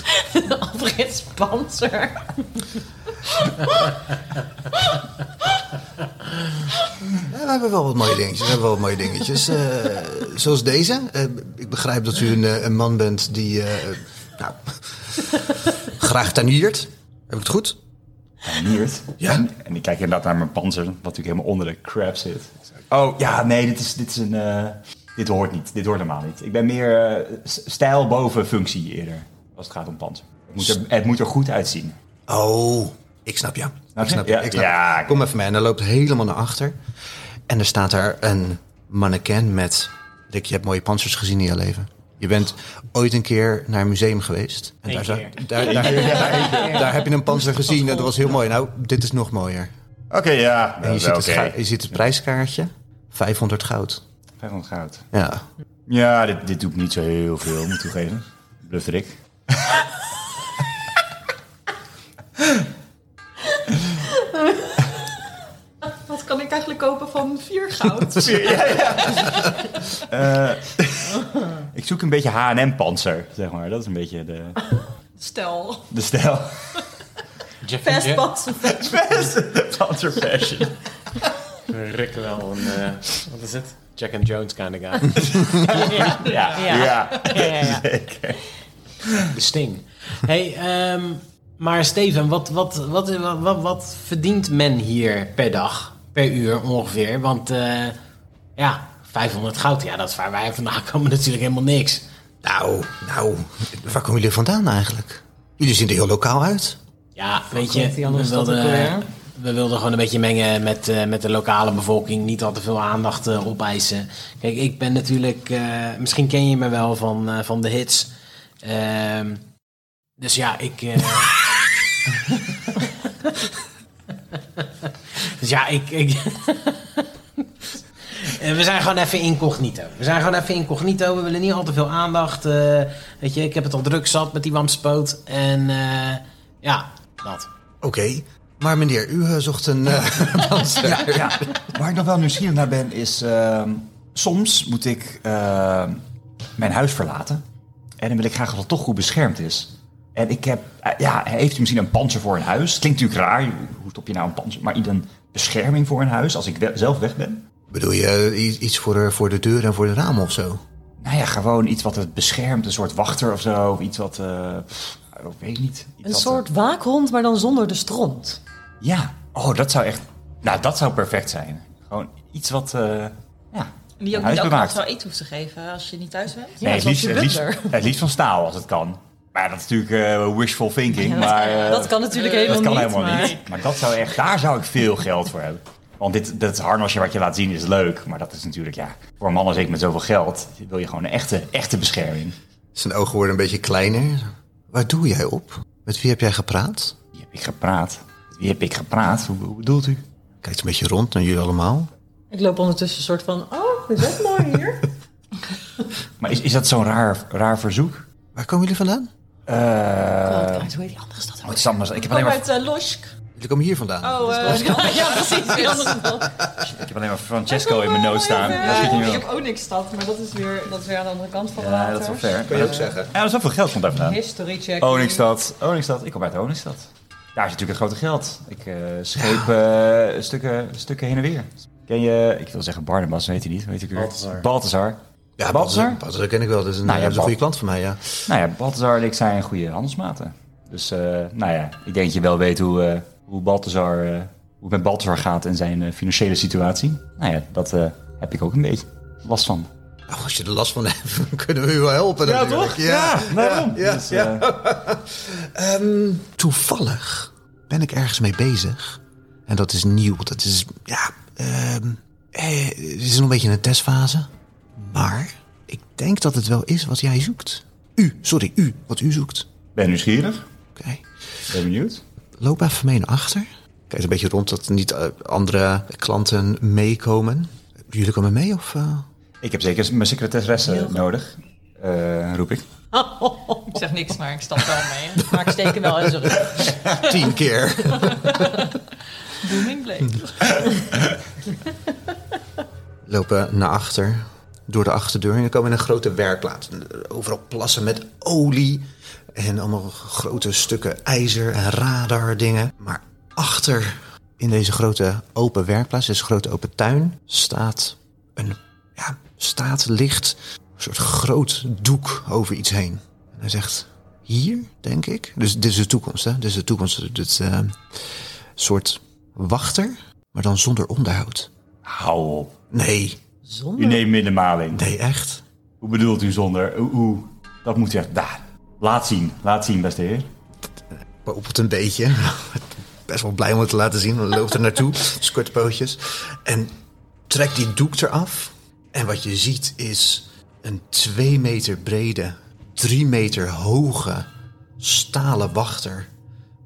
Alfred Spanser. Ja, we hebben wel wat mooie dingetjes. We hebben wel wat mooie dingetjes. Eh, zoals deze. Eh, ik begrijp dat u een, eh, een man bent die eh, nou, graag tuiniert. Heb ik het goed? Niert. Ja. En, en ik kijk inderdaad naar mijn panzer, wat natuurlijk helemaal onder de crab zit. Oh, ja, nee, dit is, dit is een... eh, dit hoort niet. Dit hoort helemaal niet. Ik ben meer eh, s- stijl boven functie eerder, als het gaat om panzer. Het moet er, het moet er goed uitzien. Oh, ik snap jou. Snap Ik je? snap je. Ja, ik snap je. ja. Kom even mee. En hij loopt helemaal naar achter. En er staat daar een mannequin met... Rick, je hebt mooie panzers gezien in je leven. Je bent ooit een keer naar een museum geweest. En Eén daar, zou- keer. daar, daar, daar, daar heb je een panzer gezien en dat was heel mooi. Nou, dit is nog mooier. Oké, ja. En je, ziet het, ga- je ziet het prijskaartje. 500 goud. 500 goud. Ja. Ja, dit, dit doet niet zo heel veel, moet ik toegeven. Bluft Rick. Wat kan ik eigenlijk kopen van vier goud? Ik zoek een beetje H&M-panzer, zeg maar. Dat is een beetje de, Stel. de stijl. Jeff en Fast Jeff. Panser. Panzer fashion. Rick wel een, eh, wat is het? Jack and Jones kind of guy. Ja, ja. De Sting. hey, ehm, maar Steven, wat, wat, wat, wat, wat, wat verdient men hier per dag, per uur ongeveer? Want eh, ja, 500 goud, ja, dat is waar wij vandaan komen natuurlijk helemaal niks. Nou, nou. Waar komen jullie vandaan eigenlijk? Jullie zien er heel lokaal uit. Ja, weet heet die je, andere we stad ook wilden, alweer? we wilden gewoon een beetje mengen met, eh, met de lokale bevolking. Niet al te veel aandacht eh, opeisen. Kijk, ik ben natuurlijk... eh, misschien ken je me wel van, eh, van de hits. Ehm, dus ja, ik... eh, dus ja, ik... ik Eh, We zijn gewoon even incognito. We zijn gewoon even incognito. We willen niet al te veel aandacht. eh, weet je, ik heb het al druk zat met die wamspoot. En eh, ja, dat. Oké. Maar meneer, u eh, zocht een eh, panzer. Ja, ja. Waar ik nog wel nieuwsgierig naar ben, is... ehm, soms moet ik ehm, mijn huis verlaten. En dan wil ik graag dat het toch goed beschermd is. En ik heb... eh, ja, heeft u misschien een panzer voor een huis? Klinkt natuurlijk raar. Hoe stop je nou een panzer? Maar een bescherming voor een huis als ik we- zelf weg ben? Bedoel je eh, i- iets voor de, voor de deur en voor de ramen of zo? Nou ja, gewoon iets wat het beschermt. Een soort wachter of zo. Of iets wat... eh, pff, oh, weet ik niet. Iets Een dat- soort waakhond, maar dan zonder de stront. Ja. Oh, dat zou echt... Nou, dat zou perfect zijn. Gewoon iets wat... eh ja, Die ook niet huis ook nog bewaakt. wel eten hoeft te geven als je niet thuis bent. nee, het zoals liefst, je het, liefst, butler. het liefst van staal als het kan. Maar dat is natuurlijk eh, wishful thinking. maar, eh, Dat kan natuurlijk helemaal dat kan niet. helemaal maar- niet. Maar dat zou echt, daar zou ik veel geld voor hebben. Want dit, dat harnasje wat je laat zien is leuk. Maar dat is natuurlijk, ja, voor een man als ik met zoveel geld wil je gewoon een echte, echte bescherming. Zijn ogen worden een beetje kleiner. Waar doe jij op? Met wie heb jij gepraat? Wie heb ik gepraat? Wie heb ik gepraat? Hoe, hoe bedoelt u? Kijkt een beetje rond naar jullie allemaal. Ik loop ondertussen een soort van, oh, is dat mooi hier? Eh, Maar is, is dat zo'n raar, raar verzoek? Waar komen jullie vandaan? Oh, hoe heet die andere stad? Oh, het is anders. Ik heb Kom alleen maar, uit eh, Losk. Jullie komen hier vandaan. Oh, eh, ja, precies. die andere stad. Oh, ik heb alleen maar Francesco in mijn nood staan. Dat schiet niet ik meer heb op. ook niks stad, maar dat is weer, dat is weer aan de andere kant van de Ja, dat is wel water. ver. Kun je ook zeggen. Ja, dat is wel veel geld komt daar vandaan. History check. Oningstad, Oningstad. Ik kom uit Oningstad. Daar is natuurlijk het grote geld. Ik eh, scheep eh, stukken, stukken heen en weer. Ken je, ik wil zeggen Barnabas, weet hij niet. Weet ik weer. Balthazar. Balthazar. Ja, Balthazar? Balthazar Balthazar ken ik wel. Dat is een, Nou ja, dat is een Bal- goede klant van mij, ja. Nou ja, Balthazar en ik zijn goede handelsmaten. Dus, eh, nou ja, ik denk dat je wel weet hoe, eh, hoe Balthazar, eh, hoe het met Balthazar gaat en zijn eh, financiële situatie. Nou ja, dat eh, heb ik ook een beetje last van. Nou, als je er last van hebt, kunnen we je wel helpen natuurlijk. waarom? ja, Dus, ja. eh, Ehm, toevallig ben ik ergens mee bezig. En dat is nieuw. Dat is, ja, ehm, eh, het is nog een beetje een testfase. Maar ik denk dat het wel is wat jij zoekt. U, sorry, u, wat u zoekt. Ben je nieuwsgierig? Oké, Ben je benieuwd? loop even mee naar achter. Kijk een beetje rond dat niet eh, andere klanten meekomen. Jullie komen mee of... eh? Ik heb zeker mijn secretaresse nodig, eh, roep ik. Ik zeg niks, maar ik stap wel mee. Maar ik steek hem wel in zijn rug. Tien keer. Booming bleek. lopen naar achter, door de achterdeur. En dan komen we in een grote werkplaats. Overal plassen met olie en allemaal grote stukken ijzer en radar dingen. Maar achter in deze grote open werkplaats, deze grote open tuin, staat een ja, staat licht, een soort groot doek over iets heen. En hij zegt, hier, denk ik. Dus dit is de toekomst, hè? Dit is de toekomst. Dit eh, soort wachter, maar dan zonder onderhoud. Hou op. Nee, U Zonder. neemt me in de maling. Nee, echt? Hoe bedoelt u zonder? Oeh, oeh. Dat moet u echt... Daar. Laat zien. Laat zien, beste heer. Popelt een beetje. Best wel blij om het te laten zien. want hij loopt er naartoe, skortpootjes. En trekt die doek eraf. En wat je ziet is een 2 meter brede, 3 meter hoge stalen wachter.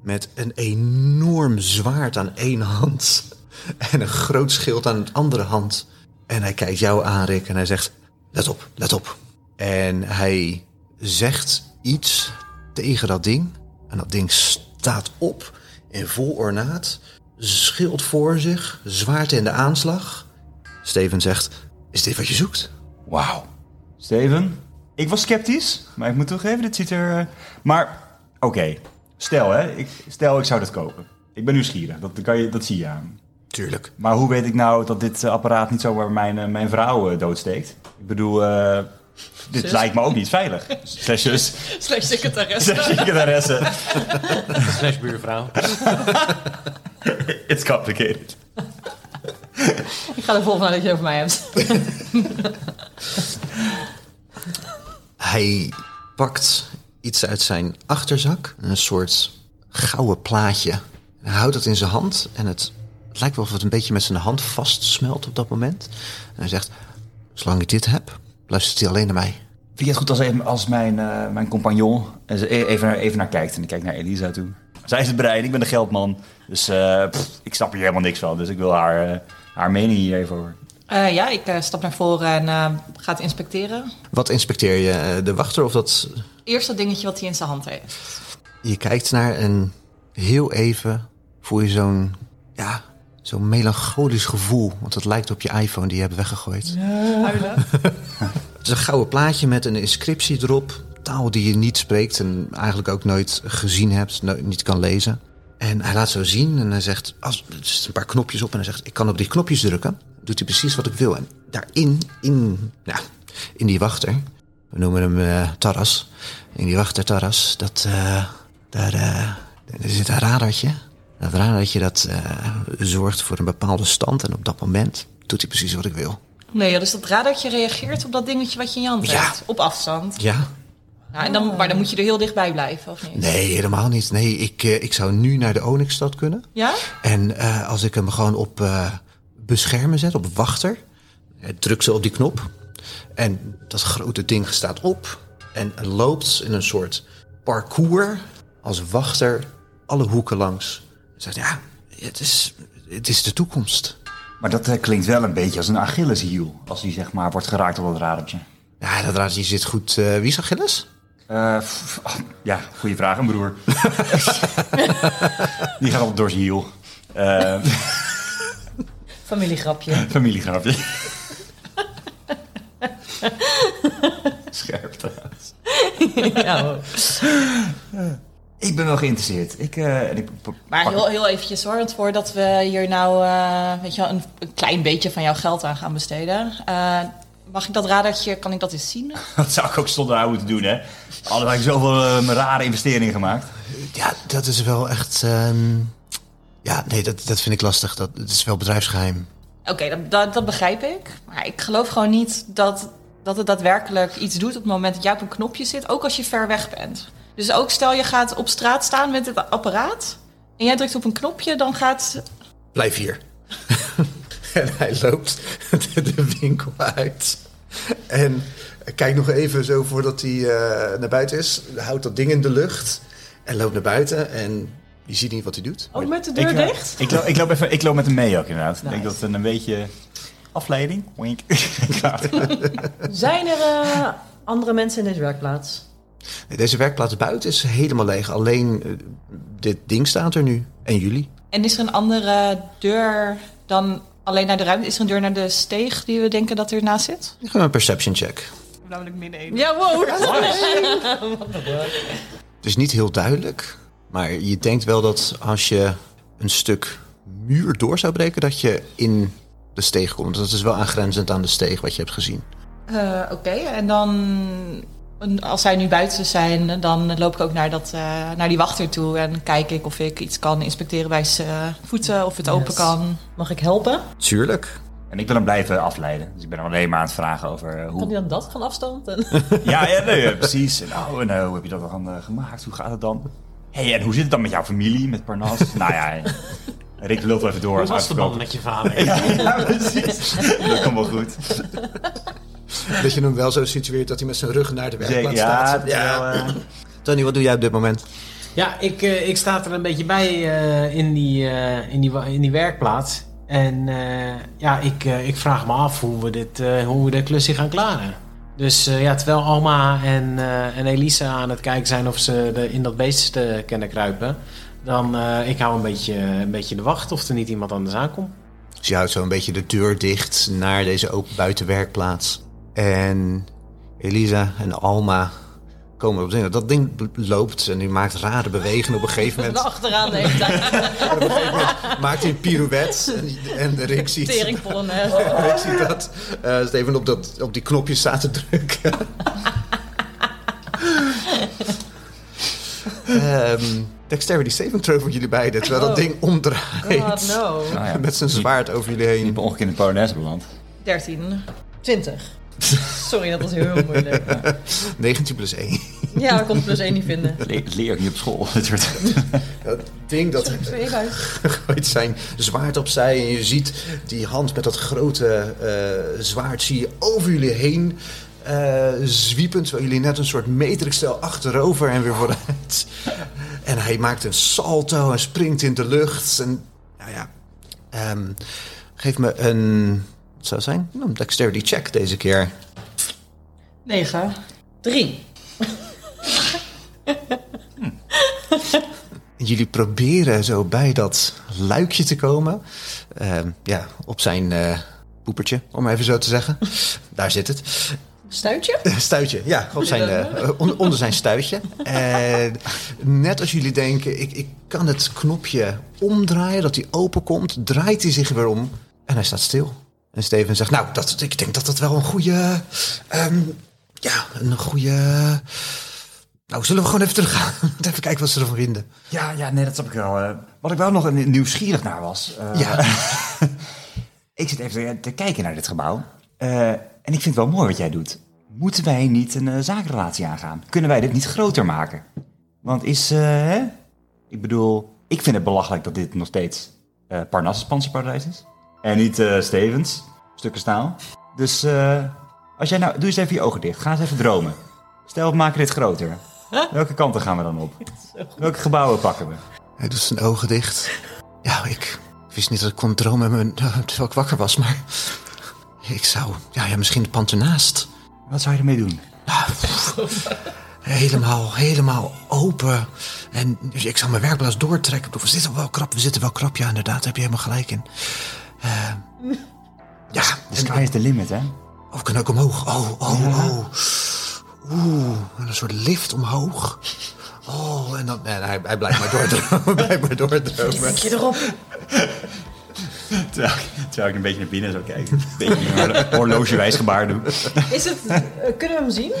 Met een enorm zwaard aan één hand. En een groot schild aan de andere hand. En hij kijkt jou aan, Rick, en hij zegt: Let op, let op. En hij zegt iets tegen dat ding. En dat ding staat op in vol ornaat. Schild voor zich, zwaard in de aanslag. Steven zegt: Is dit wat je zoekt? Wauw. Steven, ik was sceptisch, maar ik moet toegeven, dit ziet er... eh, Maar, oké. Stel, hè. Ik, stel, ik zou dat kopen. Ik ben nieuwsgierig. Dat, kan je, dat zie je aan. Tuurlijk. Maar hoe weet ik nou dat dit eh, apparaat niet zomaar mijn, eh, mijn vrouw eh, doodsteekt? Ik bedoel, eh, dit lijkt me ook niet veilig. Slash zus, Slechts secretaresse. slash secretaresse. Slash buurvrouw. It's complicated. Ik ga er volgende dat je over mij hebt. Hij pakt iets uit zijn achterzak. Een soort gouden plaatje. Hij houdt het in zijn hand en het, het lijkt wel of het een beetje met zijn hand vastsmelt op dat moment. En hij zegt, zolang ik dit heb, luistert hij alleen naar mij. Vind je het goed als, even, als mijn, eh, mijn compagnon eh, ze e- even naar, even naar kijkt? En ik kijk naar Elisa toe. Zij is het brein, ik ben de geldman. Dus eh, pff, ik snap hier helemaal niks van. Dus ik wil haar, eh, haar mening hier even over. Eh, ja, ik eh, stap naar voren en eh, ga het inspecteren. Wat inspecteer je? eh, De wachter of dat... Eerst dat dingetje wat hij in zijn hand heeft. Je kijkt naar en heel even voel je zo'n, ja, zo'n melancholisch gevoel. Want het lijkt op je iPhone die je hebt weggegooid. Huilen. Het is een gouden plaatje met een inscriptie erop. Taal die je niet spreekt en eigenlijk ook nooit gezien hebt, no- niet kan lezen. En hij laat zo zien en hij zegt, als, er zitten een paar knopjes op en hij zegt, ik kan op die knopjes drukken. Doet hij precies wat ik wil. En daarin, in, ja, in die wachter, we noemen hem eh, Taras. In die wachter Taras, dat eh, Daar eh, er zit een radartje. Dat radartje dat eh, zorgt voor een bepaalde stand. En op dat moment doet hij precies wat ik wil. Nee, ja, dus dat radartje reageert op dat dingetje wat je in je hand Ja. hebt. Op afstand. Ja? Ja, en Oh. dan, maar dan moet je er heel dichtbij blijven, of niet? Nee, helemaal niet. Nee, ik, eh, ik zou nu naar de Onyxstad kunnen. Ja? En eh, als ik hem gewoon op eh, beschermen zet, op wachter, eh, druk ze op die knop. En dat grote ding staat op en loopt in een soort parcours als wachter alle hoeken langs. En Zegt ja, het is, het is de toekomst. Maar dat eh, klinkt wel een beetje als een Achilleshiel. Als die zeg maar wordt geraakt door dat radertje. Ja, dat raadje zit goed. eh, wie is Achilles? Eh, pff, ah, ja, goede vraag, een broer. die gaat altijd door zijn hiel. Eh, Familiegrapje. familiegrapje. Scherp trouwens. Ja, hoor. Ik ben wel geïnteresseerd. Ik, eh, en ik p- p- Maar pak- heel, heel eventjes hoor, want voordat we hier nou eh, weet je wel, een, een klein beetje van jouw geld aan gaan besteden. eh, mag ik dat radartje, kan ik dat eens zien? Dat zou ik ook zonder jou moeten doen, hè? Anders had ik zoveel eh, rare investeringen gemaakt. Ja, dat is wel echt. ehm, ja, nee, dat, dat vind ik lastig. Dat, dat is wel bedrijfsgeheim. Oké, dat, dat, dat begrijp ik. Maar ik geloof gewoon niet dat, dat het daadwerkelijk iets doet op het moment dat jij op een knopje zit, ook als je ver weg bent. Dus ook stel je gaat op straat staan met het apparaat en jij drukt op een knopje, dan gaat. Blijf hier. en hij loopt de- de winkel uit. En kijkt nog even zo voordat hij eh, naar buiten is. Houdt dat ding in de lucht. En loopt naar buiten. En je ziet niet wat hij doet. Ook met de Ik, deur eh, dicht? Ik, loop, ik, loop even, ik loop met hem mee ook, inderdaad. Ik denk dat het een beetje afleiding. Wink. Klaar. Zijn er eh, andere mensen in deze werkplaats? Nee, Deze werkplaats buiten is helemaal leeg. Alleen eh, dit ding staat er nu. En jullie. En is er een andere deur dan alleen naar de ruimte? Is er een deur naar de steeg die we denken dat ernaast zit? Ik ga een perception check. Namelijk min 1. Ja, wow. Het is niet heel duidelijk. Maar je denkt wel dat als je een stuk muur door zou breken... dat je in de steeg komt. Dat is wel aangrenzend aan de steeg wat je hebt gezien. Eh, Oké, en dan. en Als zij nu buiten zijn, dan loop ik ook naar, dat, eh, naar die wachter toe en kijk ik of ik iets kan inspecteren bij zijn eh, voeten, of het open Yes. kan. Mag ik helpen? Tuurlijk. En ik wil hem blijven afleiden. Dus ik ben hem alleen maar aan het vragen over eh, Kan hoe... die dan dat van afstand? En- Ja, ja, nee, ja, precies. En, oh, en eh, hoe heb je dat dan eh, gemaakt? Hoe gaat het dan? hey, en hoe zit het dan met jouw familie, met Parnas? nou ja, Rick lult wel even door. Hoe als was de band uitverkoper. met je vader? Ja, precies. Dat komt wel goed. Dat je hem wel zo situeert dat hij met zijn rug naar de Zeker, werkplaats ja, staat. terwijl, eh, Tony, wat doe jij op dit moment? Ja, ik, eh, ik sta er een beetje bij eh, in, die, eh, in, die, wa- in die werkplaats. En eh, ja, ik, eh, ik vraag me af hoe we, dit, eh, hoe we de klus hier gaan klaren. Dus eh, ja, terwijl Alma en, eh, en Elisa aan het kijken zijn of ze de, in dat beest eh, kunnen kruipen... dan eh, ik hou een beetje, een beetje de wacht of er niet iemand anders aankomt. Dus je houdt zo een beetje de deur dicht naar deze open buitenwerkplaats. En Elisa en Alma komen op het ding. Nou, Dat ding b- loopt en die maakt rare bewegingen op een gegeven En moment. achteraan de hele tijd Op een gegeven moment maakt hij een pirouette. En, en Rick ziet, Rick Oh, teringpollen. ziet dat. eh Steven op, dat, op die knopjes staat te drukken. Ehm dexterity saving throw voor jullie beiden. Terwijl dat ding omdraait. God, no. nou ja, Met zijn zwaard over jullie Niet heen. bij ongekende Polonaise beland. 13. 20. Sorry, dat was heel moeilijk. 19 plus 1. Ja, ik kon het plus één niet vinden. Le- Dat leer ik niet op school. Dit wordt- Dat ding dat gooit zijn zwaard opzij. En je ziet die hand met dat grote eh, zwaard zie je over jullie heen eh zwiepend. Terwijl jullie net een soort matrixstel achterover en weer vooruit. En hij maakt een salto en springt in de lucht. En nou ja, ehm, geef me een, wat zou het zijn? Nou, Een dexterity check deze keer. 9. 3. Jullie proberen zo bij dat luikje te komen. Ehm, ja, op zijn eh, poepertje, om maar even zo te zeggen. Daar zit het. Stuitje? Stuitje, ja, op zijn, eh, on- onder zijn stuitje. En net als jullie denken, ik, ik kan het knopje omdraaien, dat hij openkomt, draait hij zich weer om en hij staat stil. En Steven zegt, nou, dat, ik denk dat dat wel een goede, ehm, ja, een goede Nou, zullen we gewoon even teruggaan? Want even kijken wat ze ervan vinden. Ja, ja, nee, dat snap ik wel. eh. wat ik wel nog een- nieuwsgierig naar was. eh, Ja. Ik zit even te kijken naar dit gebouw. Eh, en ik vind het wel mooi wat jij doet. Moeten wij niet een eh, zakenrelatie aangaan? Kunnen wij dit niet groter maken? Want is. eh, hè? Ik bedoel, ik vind het belachelijk dat dit nog steeds eh Parnassus Panzerparadijs is. En niet eh, Stevens, stukken staal. Dus eh, als jij nou. Doe eens even je ogen dicht. Ga eens even dromen. Stel, we maken dit groter. Welke kanten gaan we dan op? Welke gebouwen pakken we? Hij doet zijn ogen dicht. Ja, ik wist niet dat ik kon dromen met mijn- terwijl ik wakker was, maar... Ik zou... Ja, ja misschien de pantenaast. Wat zou je ermee doen? Helemaal, helemaal open. En dus ik zou mijn werkblaas doortrekken. Ik bedoel, We zitten wel krap, we zitten wel krap. Ja, inderdaad, daar heb je helemaal gelijk in. Eh, ja, The en- sky is the limit, hè? Oh, we kunnen ook omhoog. Oh, oh, oh. Oeh, en een soort lift omhoog. Oh, en dan... En hij, hij blijft maar doordromen, blijft maar doordromen. je erop. Terwijl, ik- terwijl ik een beetje naar binnen zou kijken. Een beetje een horlogewijs gebaar doen. Is het, eh, kunnen we hem zien?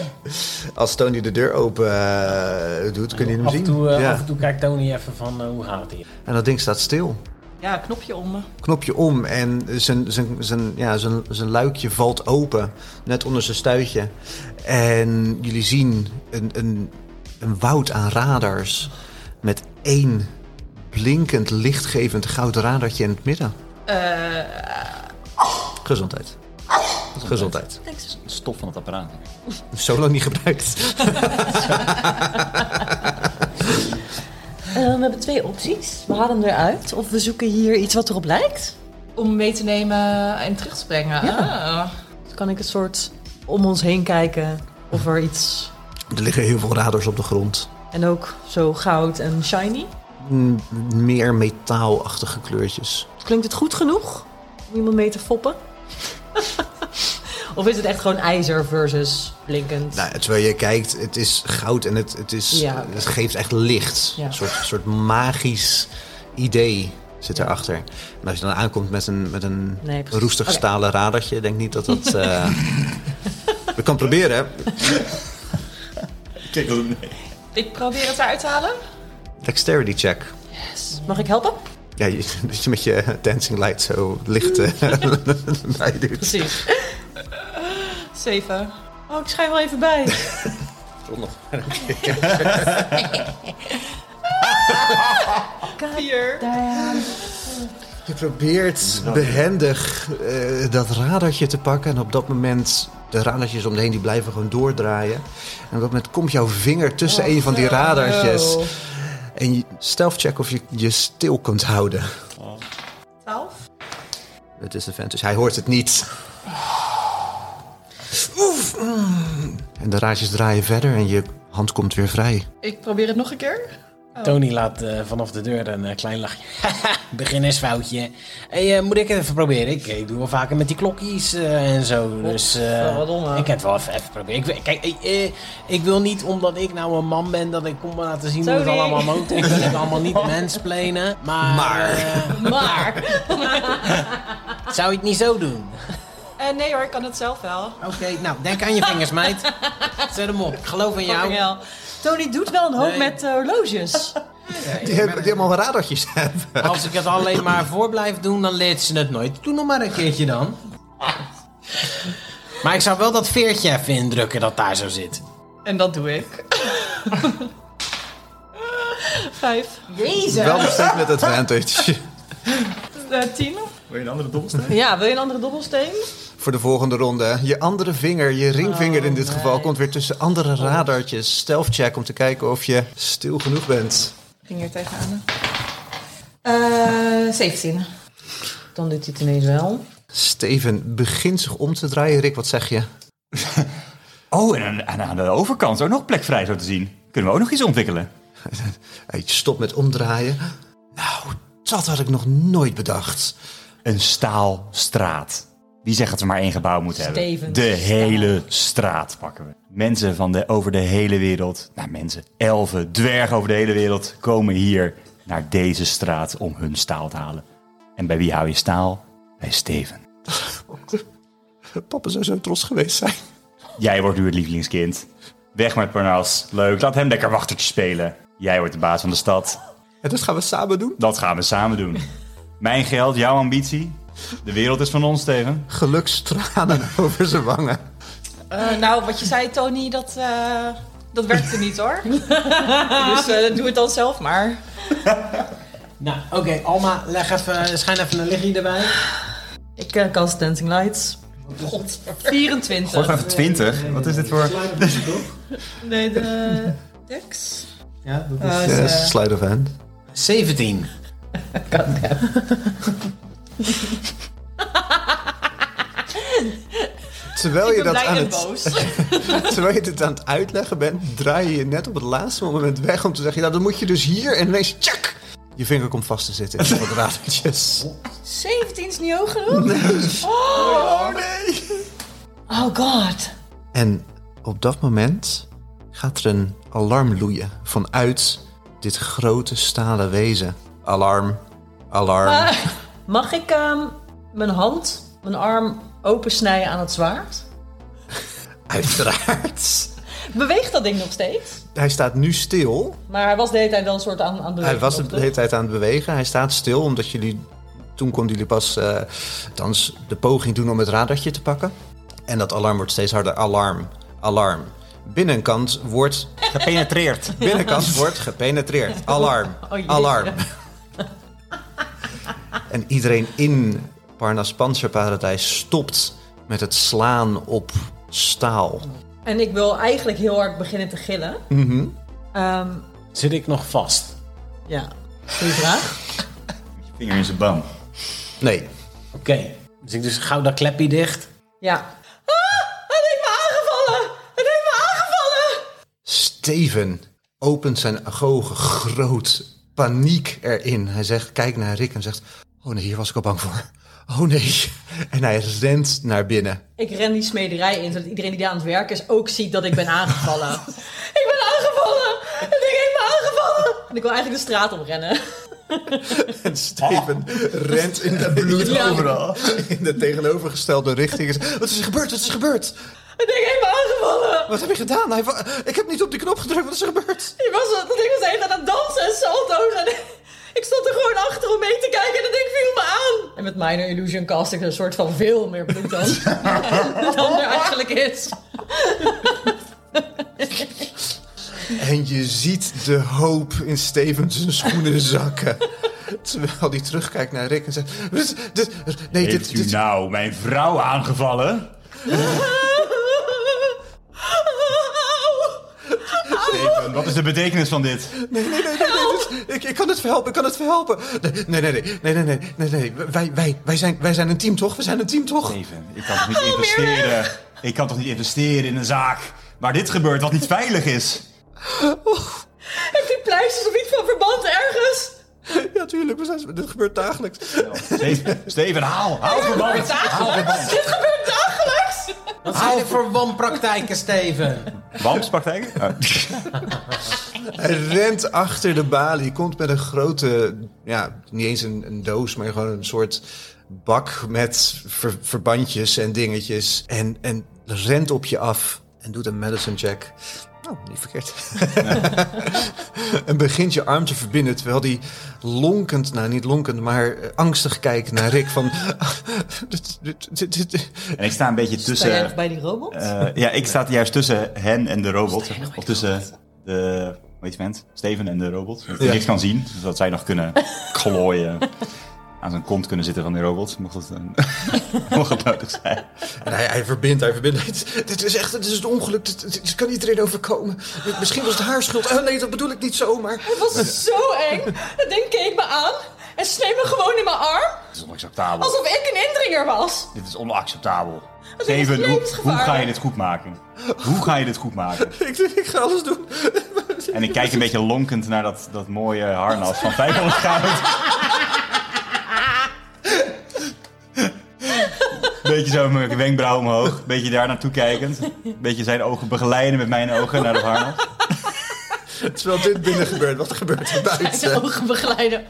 Als Tony de deur open eh, doet, kun je hem Af en, zien. toe, eh, ja. af en toe kijkt Tony even van eh, hoe gaat het hier. En dat ding staat stil. Ja, knopje om eh. me. Knopje om en zijn, zijn, zijn, ja, zijn, zijn luikje valt open, net onder zijn stuitje. En jullie zien een, een, een woud aan radars met één blinkend, lichtgevend goud radartje in het midden. Eh. Gezondheid. Gezondheid. Stof van het apparaat. Zo lang niet gebruikt. Eh, we hebben twee opties. We halen hem eruit of we zoeken hier iets wat erop lijkt. Om mee te nemen en terug te brengen. Ja. Ah. Dus kan ik een soort om ons heen kijken of er iets... Er liggen heel veel radars op de grond. En ook zo goud en shiny. Mm, Meer metaalachtige kleurtjes. Klinkt het goed genoeg om iemand mee te foppen? of is het echt gewoon ijzer versus blinkend? Nou, terwijl je kijkt, het is goud en het, het, is, Ja. het geeft echt licht. Ja. Een soort, soort magisch idee zit erachter. En als je dan aankomt met een, met een Nee, precies. roestig Oké. stalen radertje, denk niet dat dat... eh, We kan proberen, hè? Kijk, nee. Ik probeer het eruit te halen. Dexterity check. Mag ik helpen? Ja, je, dat je met je dancing light zo licht eh, bij doet. Precies. Zeven. Oh, ik schrijf wel even bij. Vier. Je probeert behendig eh, dat radartje te pakken. En op dat moment, de radartjes om de heen, die blijven gewoon doordraaien. En op dat moment komt jouw vinger tussen een van die radartjes. En je stealth check of je je stil kunt houden. Twaalf. Het is een dus hij hoort het niet. Oef, mm. En de raadjes draaien verder en je hand komt weer vrij. Ik probeer het nog een keer. Tony laat eh, vanaf de deur een eh, klein lachje. Beginnersfoutje. Hey, eh, moet ik het even proberen? Ik, ik doe wel vaker met die klokjes eh, en zo. Dus eh, Godverdomme. ik heb het wel even, even proberen. Ik, wil- kijk, ik, eh, ik wil niet omdat ik nou een man ben dat ik kom maar laten zien hoe het Sorry. allemaal moet. Ik wil het allemaal niet mensplenen. Maar, Maar. eh, Ah, Maar. zou je het niet zo doen? Eh, nee hoor, ik kan het zelf wel. Oké, nou denk aan je vingers meid. Zet hem op. Ik geloof in jou. Fucking hell. Tony doet wel een hoop Nee. met eh, horloges. Die, hebben- die allemaal radartjes hebben. Als ik het alleen maar voor blijf doen, dan leert ze het nooit. Doe nog maar een keertje dan. Maar ik zou wel dat veertje even indrukken dat daar zo zit. En dat doe ik. Vijf. Jezus. Wel nog steeds met advantage. Eh, tien. Wil je een andere dobbelsteen? Ja, wil je een andere dobbelsteen? voor de volgende ronde. Je andere vinger, je ringvinger in dit geval, komt weer tussen andere radartjes. Stealth check om te kijken of je stil genoeg bent. Ging hier tegenaan. Eh, zeventien. Dan doet hij het ineens wel. Steven begint zich om te draaien. Rick, wat zeg je? Oh, en aan, en aan de overkant ook nog plek vrij zo te zien. Kunnen we ook nog iets ontwikkelen? Hij stopt met omdraaien. Nou, dat had ik nog nooit bedacht. Een staalstraat. Wie zegt dat we maar één gebouw moeten hebben? Steven. De hele straat pakken we. Mensen van de, over de hele wereld, nou mensen, elfen, dwergen over de hele wereld, komen hier naar deze straat om hun staal te halen. En bij wie hou je staal? Bij Steven. Papa zou zo trots geweest zijn. Jij wordt nu het lievelingskind. Weg met Parnas. Leuk, laat hem lekker wachtertje spelen. Jij wordt de baas van de stad. En dat gaan we samen doen. Dat gaan we samen doen. Mijn geld, jouw ambitie. De wereld is van ons, Steven. Gelukstranen over zijn wangen. Eh, nou, wat je zei, Tony, dat, eh, dat werkte niet hoor. dus eh, doe het dan zelf maar. Nou, oké, Alma, leg even, schijn even een lichtje erbij. Ik eh, cast Dancing Lights. God. 4 24. even 20. Wat is dit voor... Nee, de Dex. Ja, dat is... Eh, Yes, eh, slide of hand. 17. Terwijl ik je, ben dat blij aan en het, boos. terwijl je dit aan het uitleggen bent, draai je je net op het laatste moment weg om te zeggen: Nou, dan moet je dus hier en ineens tjak! Je vinger komt vast te zitten in de kwadratertjes. 17 is niet hoog genoeg? Oh god. Oh, En op dat moment gaat er een alarm loeien vanuit dit grote stalen wezen. Alarm, alarm. Ah, mag ik ehm, mijn hand, mijn arm opensnijden aan het zwaard? Uiteraard. Beweegt dat ding nog steeds? Hij staat nu stil. Maar hij was de hele tijd wel een soort aan, aan de Hij was toch? de hele tijd aan het bewegen. Hij staat stil omdat jullie. Toen konden jullie pas eh althans de poging doen om het radartje te pakken. En dat alarm wordt steeds harder. Alarm, alarm. Binnenkant wordt, Gepenetreerd. binnenkant wordt gepenetreerd. Alarm, Oh, jeetje. alarm. En iedereen in Parnas Panzerparadijs stopt met het slaan op staal. En ik wil eigenlijk heel hard beginnen te gillen. Ehm, Zit ik nog vast? ja, goede vraag. Vinger in zijn bam. Nee, Oké. Dus ik dus gauw dat klepje dicht. Ja. Ah, het heeft me aangevallen! Het heeft me aangevallen! Steven opent zijn ogen groot, paniek erin. Hij zegt, kijkt naar Rick en zegt, oh nee, hier was ik al bang voor. Oh nee. En hij rent naar binnen. Ik ren die smederij in, zodat iedereen die daar aan het werk is ook ziet dat ik ben aangevallen. ik ben aangevallen! Het ding heeft me aangevallen! En ik wil eigenlijk de straat oprennen. En Steven rent in de bloed Ja. overal. In de tegenovergestelde richting. Hij zegt, Wat is er gebeurd? Wat is er gebeurd? Het ding heeft me aangevallen! Wat heb je gedaan? Hij wa- ik heb niet op die knop gedrukt. Wat is er gebeurd? Ik was, dat ding was even aan het dansen en salto's. En ik stond er gewoon achter om mee te kijken en dat ding viel me aan. En met Minor Illusion cast ik een soort van veel meer bloed dan, dan er eigenlijk is. En je ziet de hoop in Steven zijn schoenen zakken. Terwijl hij terugkijkt naar Rick en zegt... "Dit- dit- nee, dit, Heeft u dit, nou mijn vrouw aangevallen? Oh, Steven, wat is de betekenis van dit? Nee, nee, nee, nee, nee, dit- Dus ik, ik kan het verhelpen, ik kan het verhelpen. Nee, nee, nee, nee, nee, nee, nee, nee, nee. Wij, wij, wij, zijn, wij zijn een team, toch? We zijn een team, toch? Steven, ik kan toch niet investeren? Oh, Ik kan toch niet investeren in een zaak waar dit gebeurt wat niet veilig is? Heeft die pleisters of iets van verband ergens? Ja, tuurlijk, we zijn, dit gebeurt dagelijks. Steven, Steven haal, haal verband. Haal verband. Dit gebeurt dagelijks! Wat zijn er voor wanpraktijken, Steven? Wampspraktijk? Oh. Hij rent achter de balie, komt met een grote, ja, niet eens een, een doos, maar gewoon een soort bak met ver- verbandjes en dingetjes. En, en rent op je af en doet een medicine check. Nou, niet verkeerd. en begint je arm te verbinden, terwijl die lonkend, nou niet lonkend, maar eh, angstig kijkt naar Rick van... dit, dit, dit, dit- En ik sta een beetje Sta jij nog tussen... bij die robot? eh, ja, ik sta juist tussen hen en de robot. Of tussen de... Weet je vent? Steven en de robot. Dat hij Ja. niks kan zien, zodat zij nog kunnen klooien. eh, Aan zijn kont kunnen zitten van die robot, mocht het, eh, mocht het nodig zijn. En hij, hij verbindt, hij verbindt. Dit, dit is echt, dit is het ongeluk. Dit, dit- dit kan iedereen overkomen. Misschien was het haar schuld. Oh, nee, dat bedoel ik niet zo, maar... Het was zo eng. Het ding keek me aan en sneed me gewoon in mijn arm. Dit is onacceptabel. Alsof ik een indringer was. Dit is onacceptabel. ding is Steven, hoe, hoe levensgevaarlijk. ga je dit goed maken? Hoe ga je dit goed maken? Ik, ik ga alles doen. En ik kijk een beetje lonkend naar dat, dat mooie harnas van 500 goud. Beetje zo met mijn wenkbrauw omhoog. Beetje daar naartoe kijkend. Beetje zijn ogen begeleiden met mijn ogen naar dat harnas. Terwijl dit binnen gebeurt, wat gebeurt er Mijn buiten? ogen begeleiden.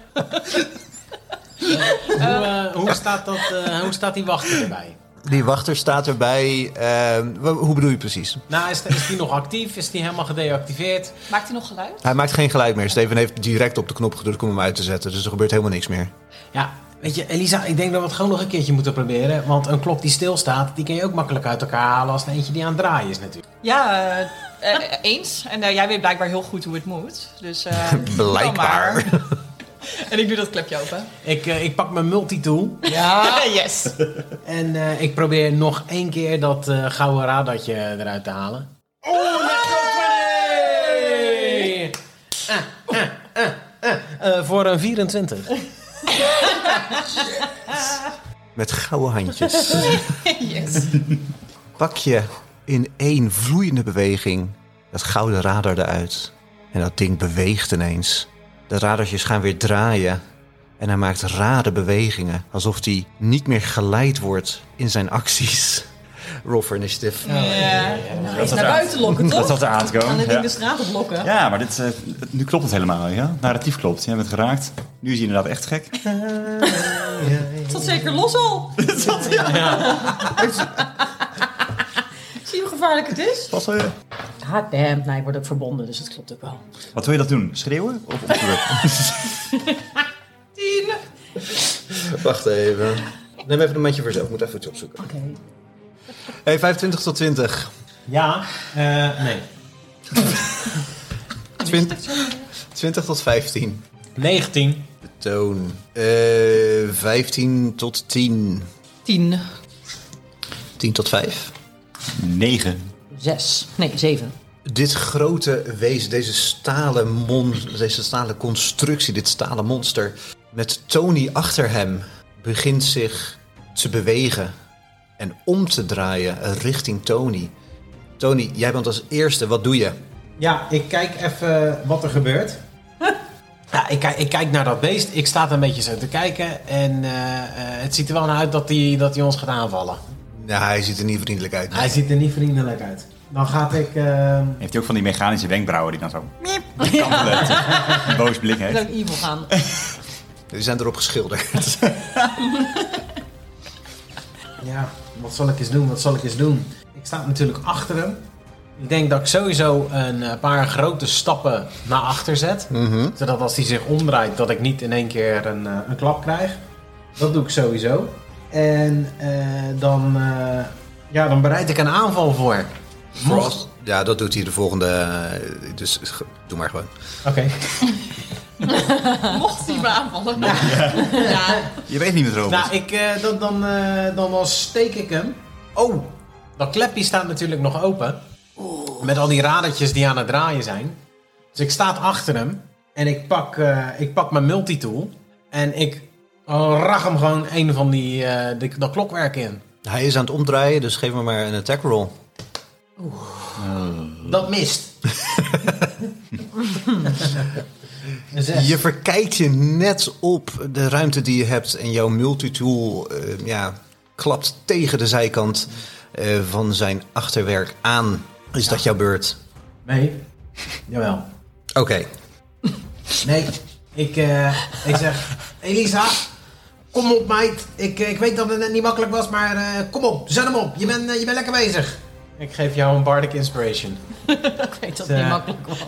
Hoe, eh, hoe, staat dat, eh, hoe staat die wachter erbij? Die wachter staat erbij. ehm, wa- hoe bedoel je precies? Nou, is, is die nog actief? Is die helemaal gedeactiveerd? Maakt hij nog geluid? Hij maakt geen geluid meer. Steven heeft direct op de knop gedrukt om hem uit te zetten. Dus er gebeurt helemaal niks meer. Ja, weet je, Elisa, ik denk dat we het gewoon nog een keertje moeten proberen. Want een klok die stilstaat, die kun je ook makkelijk uit elkaar halen als er eentje die aan het draaien is natuurlijk. Ja, eh, eh, eens. En eh, jij weet blijkbaar heel goed hoe het moet. Dus, eh, doe dan Blijkbaar. maar. en ik doe dat klepje open. Ik, eh, ik pak mijn multitool Ja. yes. en eh, ik probeer nog één keer dat eh, gouden radartje eruit te halen. Oh, net Eh, Voor een 24. Met gouden handjes. yes. Pak je in één vloeiende beweging dat gouden radar eruit. En dat ding beweegt ineens. De radartjes gaan weer draaien. En hij maakt rare bewegingen. Alsof hij niet meer geleid wordt in zijn acties. Roll for initiative. Ja. Dat Eens zat naar eraan- buiten lokken, Dat toch? zat eraan te Aan komen. het ding de Ja. straat op lokken. Ja, maar dit, eh, nu klopt het helemaal. Ja? Narratief klopt. Je bent geraakt. Nu is hij inderdaad echt gek. Het zat zeker los al. Dit zat, ja. Zie je hoe gevaarlijk het is? Pas wel, ja. Ah, damn. Nee, wordt ook verbonden, dus het klopt ook wel. Wat wil je dat doen? Schreeuwen? Of opdrukken? Tien. Wacht even. Neem even een mandje voor zelf. Ik moet even iets opzoeken. Oké. Hey, 25 tot 20. Ja, eh, nee. 20, 20 tot 15. 19. De toon. Eh 15 tot 10. Tien. 10 tot 5. Negen. Zes. Nee, zeven. Dit grote wezen, deze stalen, mon, deze stalen constructie, dit stalen monster, met Tony achter hem, begint zich te bewegen en om te draaien richting Tony. Tony, jij bent als eerste, wat doe je? Ja, ik kijk even wat er gebeurt. Ja, ik, kijk- ik kijk naar dat beest. Ik sta er een beetje zo te kijken. En eh, eh, het ziet er wel naar uit dat hij dat die ons gaat aanvallen. Nou, hij ziet er niet vriendelijk uit. Hij ziet er niet vriendelijk uit. Dan ga ik... eh, Heeft hij ook van die mechanische wenkbrauwen die dan zo... kantelen, Een boos blik heeft. Zo'n evil gaan. Die zijn erop geschilderd. ja, wat zal ik eens doen? Wat zal ik eens doen? Ik sta natuurlijk achter hem. Ik denk dat ik sowieso een eh, paar grote stappen naar achter zet. Zodat als hij zich omdraait, dat ik niet in één keer een, eh, een klap krijg. Dat doe ik sowieso. En eh, dan, eh, ja, dan bereid ik een aanval voor. Mocht- Ja, dat doet hij de volgende. eh, Dus ge- doe maar gewoon. Oké. Mocht hij me aanvallen. Ja. Je weet niet met robots. Nou, ik, eh, dan, dan, eh, dan, dan steek ik hem. Oh, dat klepje staat natuurlijk nog open. Met al die radertjes die aan het draaien zijn. Dus ik sta achter hem. En ik pak, eh, ik pak mijn multitool. En ik rag hem gewoon een van die, eh, die- dat klokwerk in. Hij is aan het omdraaien, dus geef me maar een attack roll. Dat mist. Een zes. Je verkijkt je net op de ruimte die je hebt en jouw multitool eh, ja, klapt tegen de zijkant eh, van zijn achterwerk aan. Is dat jouw beurt? Nee. Jawel. Oké. Nee, ik, eh, ik zeg, Elisa, kom op meid. Ik, eh, ik weet dat het net niet makkelijk was, maar eh, kom op, zet hem op. Je bent eh, je bent lekker bezig. Ik geef jou een Bardic Inspiration. Ik weet dat het niet makkelijk was.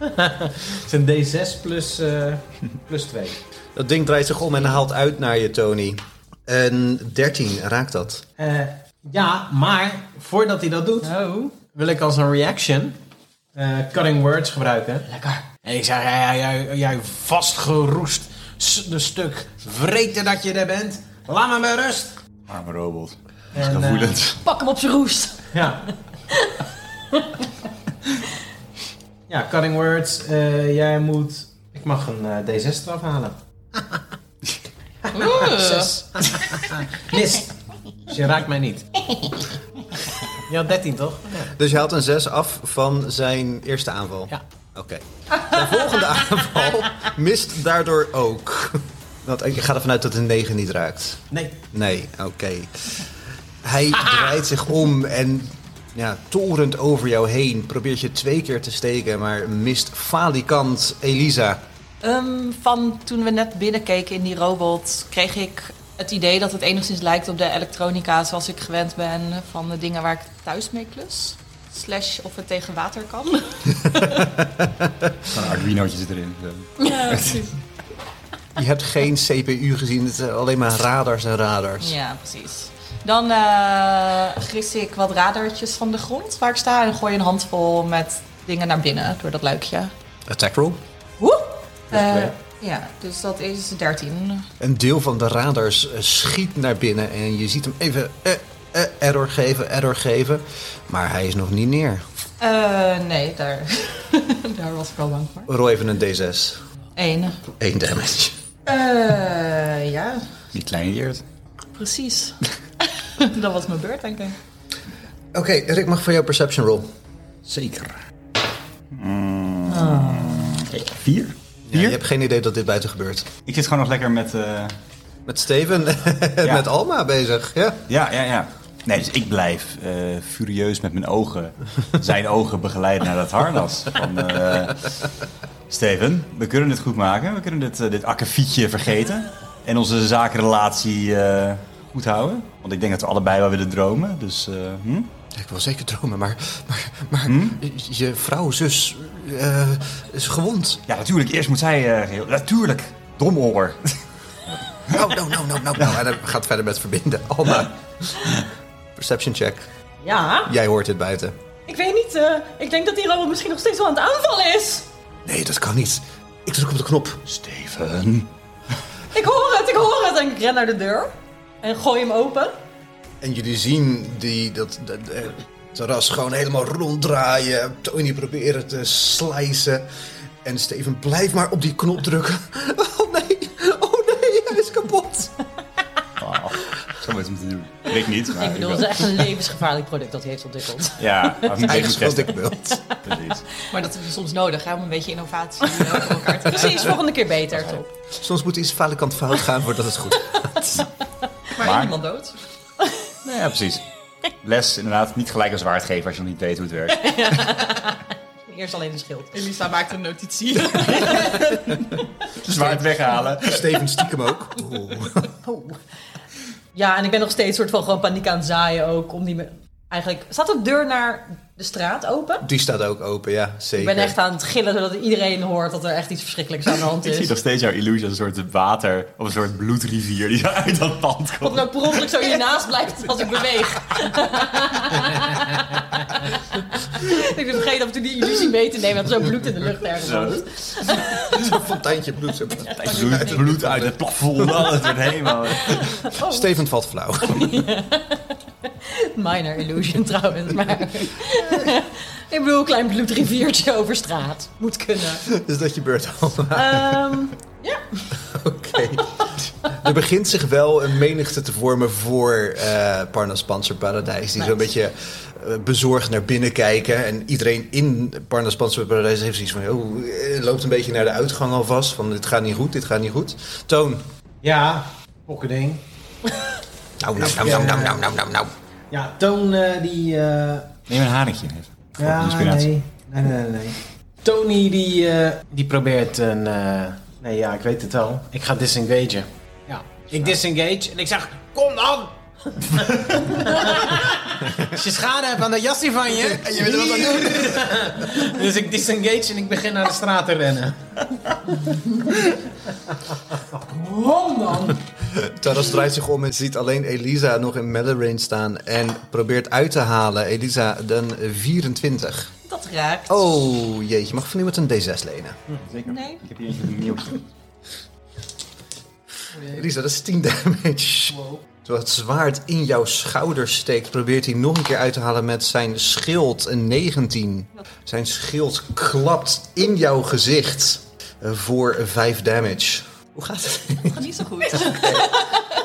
Het is een D6 plus, eh, plus 2. Dat ding draait zich om en haalt uit naar je, Tony. Een 13, raakt dat? Eh, ja, maar voordat hij dat doet, wil ik als een reaction eh, cutting words gebruiken. Lekker. En ik zeg, jij, jij, jij vastgeroest s- een stuk vreten dat je er bent. Laat me met rust. Arme robot. En, eh, Gevoelend. Pak hem op zijn roest. Ja. ja, cutting words. eh, jij moet... Ik mag een eh, D6 eraf halen. Oeh. Zes. Mist. Dus je raakt mij niet. Je had 13, toch? Dus je haalt een 6 af van zijn eerste aanval? Ja. Oké. De volgende aanval mist daardoor ook. Want ik ga ervan uit dat een 9 niet raakt. Nee. Nee, oké. Hij draait zich om en ja, torend over jou heen probeert je twee keer te steken, maar mist falikant Elisa. Ehm, van toen we net binnenkeken in die robot, kreeg ik het idee dat het enigszins lijkt op de elektronica zoals ik gewend ben van de dingen waar ik thuis mee klus. Slash of het tegen water kan. Een Arduinootje zit erin. Zo. Ja, precies. Je hebt geen CPU gezien, het zijn alleen maar radars en radars. Ja, precies. Dan eh gis ik wat radartjes van de grond waar ik sta en gooi een handvol met dingen naar binnen door dat luikje. Attack roll. Woe! Eh, twee. ja, dus dat is 13. Een deel van de radars eh, schiet naar binnen en je ziet hem even eh, eh, error geven, error geven. Maar hij is nog niet neer. Eh, nee, daar, daar was ik wel bang voor. Rooi even een D6. 1. 1 damage. Eh, ja, Die kleine eert. precies. dat was mijn beurt, denk ik. Oké, Rick mag voor jouw perception roll. Zeker. Oké, Vier. Ja, je hebt geen idee dat dit buiten gebeurt. Ik zit gewoon nog lekker met... eh, Met Steven en Ja. met Alma bezig. Ja. Ja, ja, ja. Nee, dus ik blijf eh, furieus met mijn ogen, zijn ogen begeleiden naar dat harnas. Van, eh, Steven, we kunnen dit goed maken. We kunnen dit, eh, dit akkefietje vergeten. En onze zakenrelatie eh, goed houden. Want ik denk dat we allebei wel willen dromen. Dus eh, hm? Ik wil zeker dromen, maar, maar, maar je vrouw, zus, eh, is gewond. ja, natuurlijk. Eerst moet zij eh, geheel- Natuurlijk, domoor. Nou, nou, nou, nou, nou. nou. En hij gaat verder met verbinden. Alma. Perception check. Ja, Jij hoort dit buiten. ik weet niet. eh, ik denk dat die robot misschien nog steeds wel aan het aanvallen is. Nee, dat kan niet. Ik druk op de knop. Steven. Ik hoor het, ik hoor het. En ik ren naar de deur. En gooi hem open. En jullie zien die, dat, dat, eh, terras gewoon helemaal ronddraaien. Tony proberen te slijzen. En Steven blijft maar op die knop drukken. Oh nee, oh nee, hij is kapot. Wauw, Oh, zo moet je het doen. Ik niet, maar... Ik bedoel, wil- het is echt een levensgevaarlijk product dat hij heeft ontwikkeld. Ja, als ik Eigen even schuld, testen. ik wilt. Precies. Maar dat is dus soms nodig, hè, om een beetje innovatie eh, voor elkaar te Precies, volgende keer beter. Top. Soms moet iets falen kant fout gaan voordat het goed is. Maar, Maar- niemand dood. Nou ja, precies. Les inderdaad niet gelijk als waard geven als je nog niet weet hoe het werkt. Eerst alleen de schild. Elisa maakt een notitie. Zwaard weghalen. Steven stiekem ook. Oh. Ja, en ik ben nog steeds soort van gewoon paniek aan het zaaien ook. Om die me... Eigenlijk, staat de deur naar de straat open? Die staat ook open, ja, zeker. Ik ben echt aan het gillen zodat iedereen hoort dat er echt iets verschrikkelijks aan de hand Ik zie is. nog steeds jouw illusie als een soort water of een soort bloedrivier die uit dat pand Of komt. nou per ongeluk zo hiernaast blijft als ik beweeg. ik ben vergeten om toen die illusie mee te nemen dat er zo'n bloed in de lucht ergens Zo. hangt. Zo'n fonteintje bloed. zo. Bloed, bloed uit het plafond. Oh, Het wordt helemaal... Oh. Steven valt flauw. Minor illusion trouwens, maar... ik bedoel, een klein bloedriviertje over straat. Moet kunnen. Dus dat je beurt al. Ehm, Oké. Er begint zich wel een menigte te vormen voor eh Parnas Panzer Paradijs. Die zo'n beetje eh, bezorgd naar binnen kijken. En iedereen in Parnas Panzer Paradijs heeft zoiets van... Oh, eh, loopt een beetje naar de uitgang alvast. Van dit gaat niet goed, dit gaat niet goed. Toon. Ja, pokkerding. Nou, nou, nou, nou, nou, nou, nou, nou, nou. Ja, Toon eh, die... eh, Neem een haringje even. Voor ja, inspiratie. nee. Nee, nee, nee. Tony die, eh, die probeert een... eh, nee, ja, ik weet het wel. Ik ga disengagen. Ja, ik disengage en ik zeg, kom dan! Als je schade hebt aan dat jasje van je... En je weet wat dan Dus ik disengage en ik begin naar de straat te rennen. Taras draait zich om en ziet alleen Elisa nog in melee range staan. En probeert uit te halen. Elisa, dan 24. Dat raakt. Oh, jeetje. Mag van iemand een D6 lenen? Zeker. Nee. Ik heb hier eentje met een nieuwtje. Elisa, dat is 10 damage. Terwijl het zwaard in jouw schouder steekt, probeert hij nog een keer uit te halen met zijn schild, een 19. Zijn schild klapt in jouw gezicht eh, voor 5 damage. Hoe gaat het? Dat gaat niet zo goed.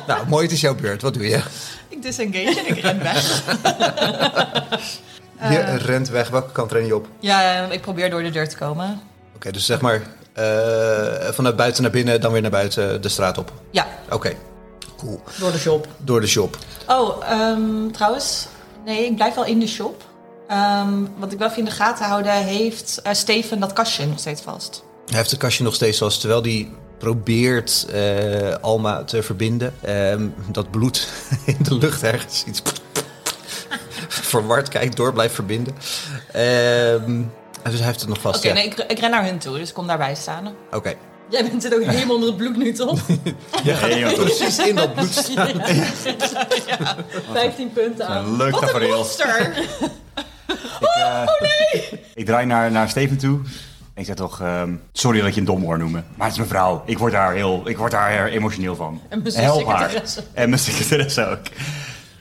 nou, mooi, het is jouw beurt. Wat doe je? ik disengage en ik ren weg. Eh. Je rent weg. Welke kant ren je op? Oké, Ja, ik probeer door de deur te komen. dus zeg maar eh, vanuit buiten naar binnen, dan weer naar buiten de straat op. Ja. Oké, cool. door de shop. Door de shop. Oh, ehm, trouwens. Nee, ik blijf wel in de shop. Ehm, wat ik wel even in de gaten houden, heeft eh, Steven dat kastje nog steeds vast. Hij heeft het kastje nog steeds vast, terwijl hij probeert eh, Alma te verbinden. Ehm, dat bloed in de lucht ergens iets verward kijkt door, blijft verbinden. Ehm, dus hij heeft het nog vast. Oké, ja. nee, ik, ik ren naar hun toe, dus kom daarbij staan. Oké. Jij bent zit ook helemaal onder het bloed nu, toch? Nee, joh, dat is Precies in dat bloed staan. 15 punten aan. een leuk Wat een tafereel. monster! Ik, eh, Oh, ik draai naar, naar Steven toe. En ik zeg toch, ehm, sorry dat je een domoor noemen. Maar het is mijn vrouw. Ik word daar heel, ik word daar emotioneel van. En mijn Help haar. secretaresse. En mijn secretaresse ook.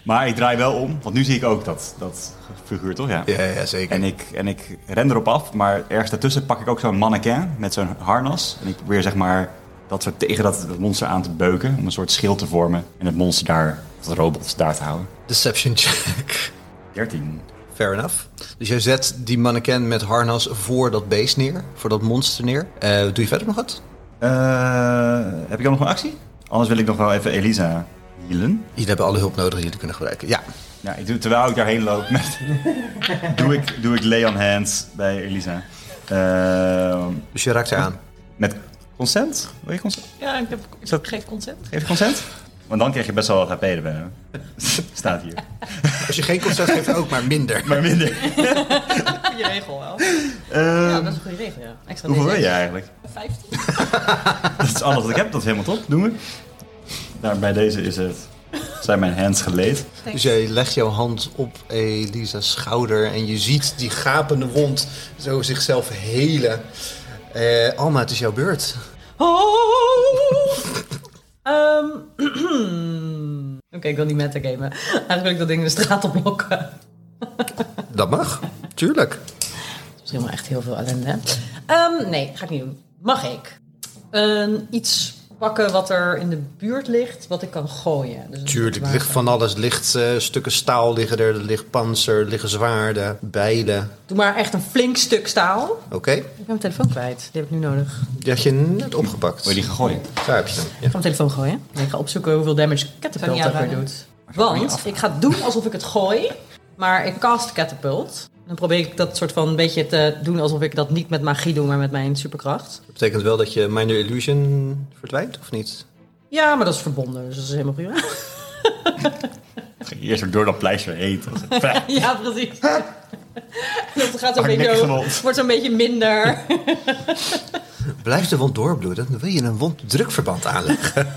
Maar ik draai wel om, want nu zie ik ook dat, dat figuur, toch? Ja. Ja, ja, zeker. En ik, en ik ren erop af, maar ergens daartussen pak ik ook zo'n mannequin met zo'n harnas. En ik probeer zeg maar dat soort tegen dat monster aan te beuken, om een soort schild te vormen. En het monster daar, dat robot, daar te houden. Deception check. 13. Fair enough. Dus jij zet die mannequin met harnas voor dat beest neer, voor dat monster neer. Eh, doe je verder nog wat? Eh, heb ik dan nog een actie? Anders wil ik nog wel even Elisa healen. Jullie hebben alle hulp nodig die jullie kunnen gebruiken. Ja, Ja, ik doe, terwijl ik daarheen loop, met, doe, ik, doe ik lay on hands bij Elisa. Eh, dus je raakt eraan. met consent? Wil je consent? Ja, ik, heb, ik dat- geef consent. Geef je consent? Want dan krijg je best wel wat HP erbij. hè? Staat hier. Als je geen consent geeft, ook maar minder. Maar minder. Je regel wel. Ja, dat is een goede regel, ja. Extra Hoeveel wil deze. je eigenlijk? 15. Dat is alles wat ik heb, dat is helemaal top. Doen we. Daar, bij deze is het, zijn mijn hands geleed. Dus jij legt jouw hand op Elisa's schouder en je ziet die gapende wond zo zichzelf helen. Eh, Alma, het is jouw beurt. Ehm, Oké, ik wil niet metagamen. Eigenlijk wil ik dat ding de straat oplokken. Dat Dat mag, tuurlijk. is helemaal echt heel veel ellende. hè? Ehm, nee, ga ik niet doen. Mag ik een iets pakken wat er in de buurt ligt, wat ik kan gooien? Dus een Tuurlijk, er wapen. ligt van alles. Er ligt eh, stukken staal liggen er, er ligt panzer, er liggen zwaarden, bijlen. Doe maar echt een flink stuk staal. Oké, Ik ben mijn telefoon kwijt. Die heb ik nu nodig. Ik die had je net opgepakt. Wil je die gaan gooien? Daar heb je hem. ga mijn telefoon gooien. En ik ga opzoeken hoeveel damage Zou Catapult niet ook weer aanraden. doet. Want ik ga doen alsof ik het gooi, maar ik cast Catapult. Dan probeer ik dat soort van een beetje te doen alsof ik dat niet met magie doe, maar met mijn superkracht. Dat betekent wel dat je Minor Illusion verdwijnt, of niet? Ja, maar dat is verbonden, dus dat is helemaal prima. Dan ga je Eerst weer door dat pleister eten. ja, precies. dat gaat een Hard beetje, nek zo- gewond. wordt zo'n beetje minder. Blijft de wond doorbloeden, dan wil je een wonddrukverband aanleggen.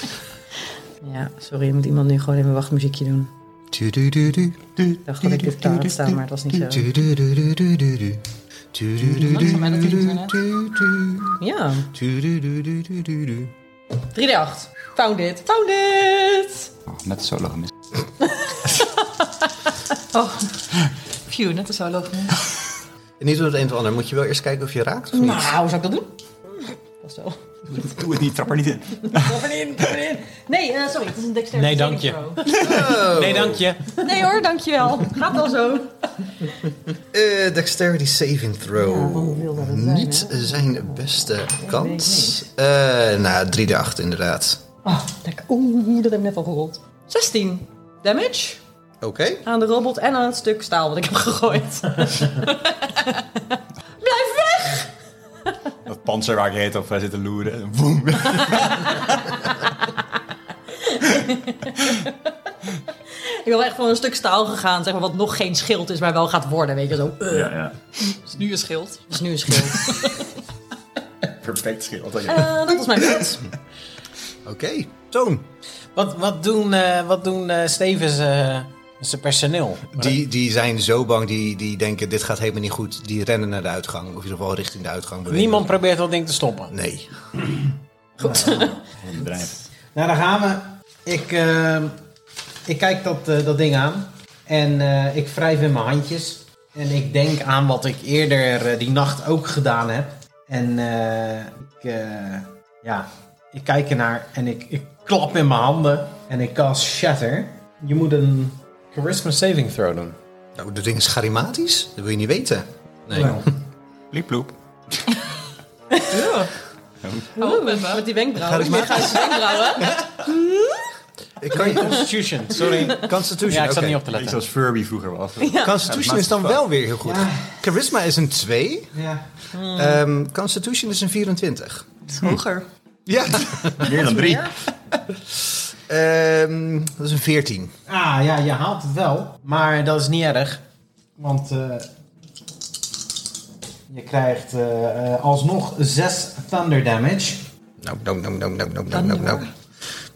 ja, sorry, moet iemand nu gewoon even een wachtmuziekje doen. Tu-du-du-du. Ik dacht dat ik dit daar had staan, maar het was niet zo. Tu-du-du-du-du-du-du. Langzaam, maar dat klinkt zo net. Tu-du-du-du-du-du. Ja, Tu-du-du-du-du-du-du. 3D8. Found it, found it! Oh, net zo gemist. Oh, phew, net als zo lopen. En Niet door het een of ander, moet je wel eerst kijken of je raakt of niet? Nou, zou ik dat doen? Dat is wel. Doe het niet, trap er niet in. Nee, eh, sorry, het is een dexterity Nee, dank saving je. Oh. throw. Nee, dank je. Nee hoor, dankjewel. Gaat wel zo. Eh, dexterity saving throw. wil dat Niet zijn beste kant. Eh, nou, 3 de 8 inderdaad. Oh, lekker. Oeh, dat heb ik net al gerold. 16 damage Oké. aan de robot en aan het stuk staal wat ik heb gegooid. Blijf weg! Dat panzer waar ik heet op eh, zit te loeren. Woem. Ik ben wel echt voor een stuk staal gegaan, zeg maar, wat nog geen schild is, maar wel gaat worden. Weet je, zo. eh, Ja, ja. Dus nu een schild. is nu een schild. Perfect schild. Eh, dat was mijn punt. Oké, Toon. Wat, wat doen, eh, wat doen eh, Stevens eh, zijn personeel? Die, die zijn zo bang, die, die denken dit gaat helemaal niet goed. Die rennen naar de uitgang, of in ieder geval richting de uitgang. bewegen. Niemand probeert dat ding te stoppen. Nee. bedrijf. Nou, daar gaan we. Ik, eh, ik kijk dat, eh, dat ding aan. En eh, ik wrijf in mijn handjes. En ik denk aan wat ik eerder eh, die nacht ook gedaan heb. En eh, ik, eh, ja, ik kijk ernaar en ik, ik klap in mijn handen. En ik cast Shatter. Je moet een Charisma Saving Throw doen. Nou, dat ding is charismatisch. Dat wil je niet weten. Nee. Nou, Pliep, ploep. Oh, met Met die wenkbrauwen. Ga ik maar. Met die wenkbrauwen. Ik kan je... dus- Constitution, sorry. Constitution, Ja, ik zat oké. niet op te Niet letten. zoals Furby vroeger was. Constitution is dan wel weer heel goed. Charisma is een 2. Ja. Ehm, Constitution is een 24. Het is hoger. Ja, Meer dan drie. ehm, dat is een 14. Ah ja, je haalt het wel. Maar dat is niet erg. Want eh, je krijgt eh, eh, alsnog 6 thunder damage. Nou, nou, nou, nou, nou, nou, nou, nou, nou.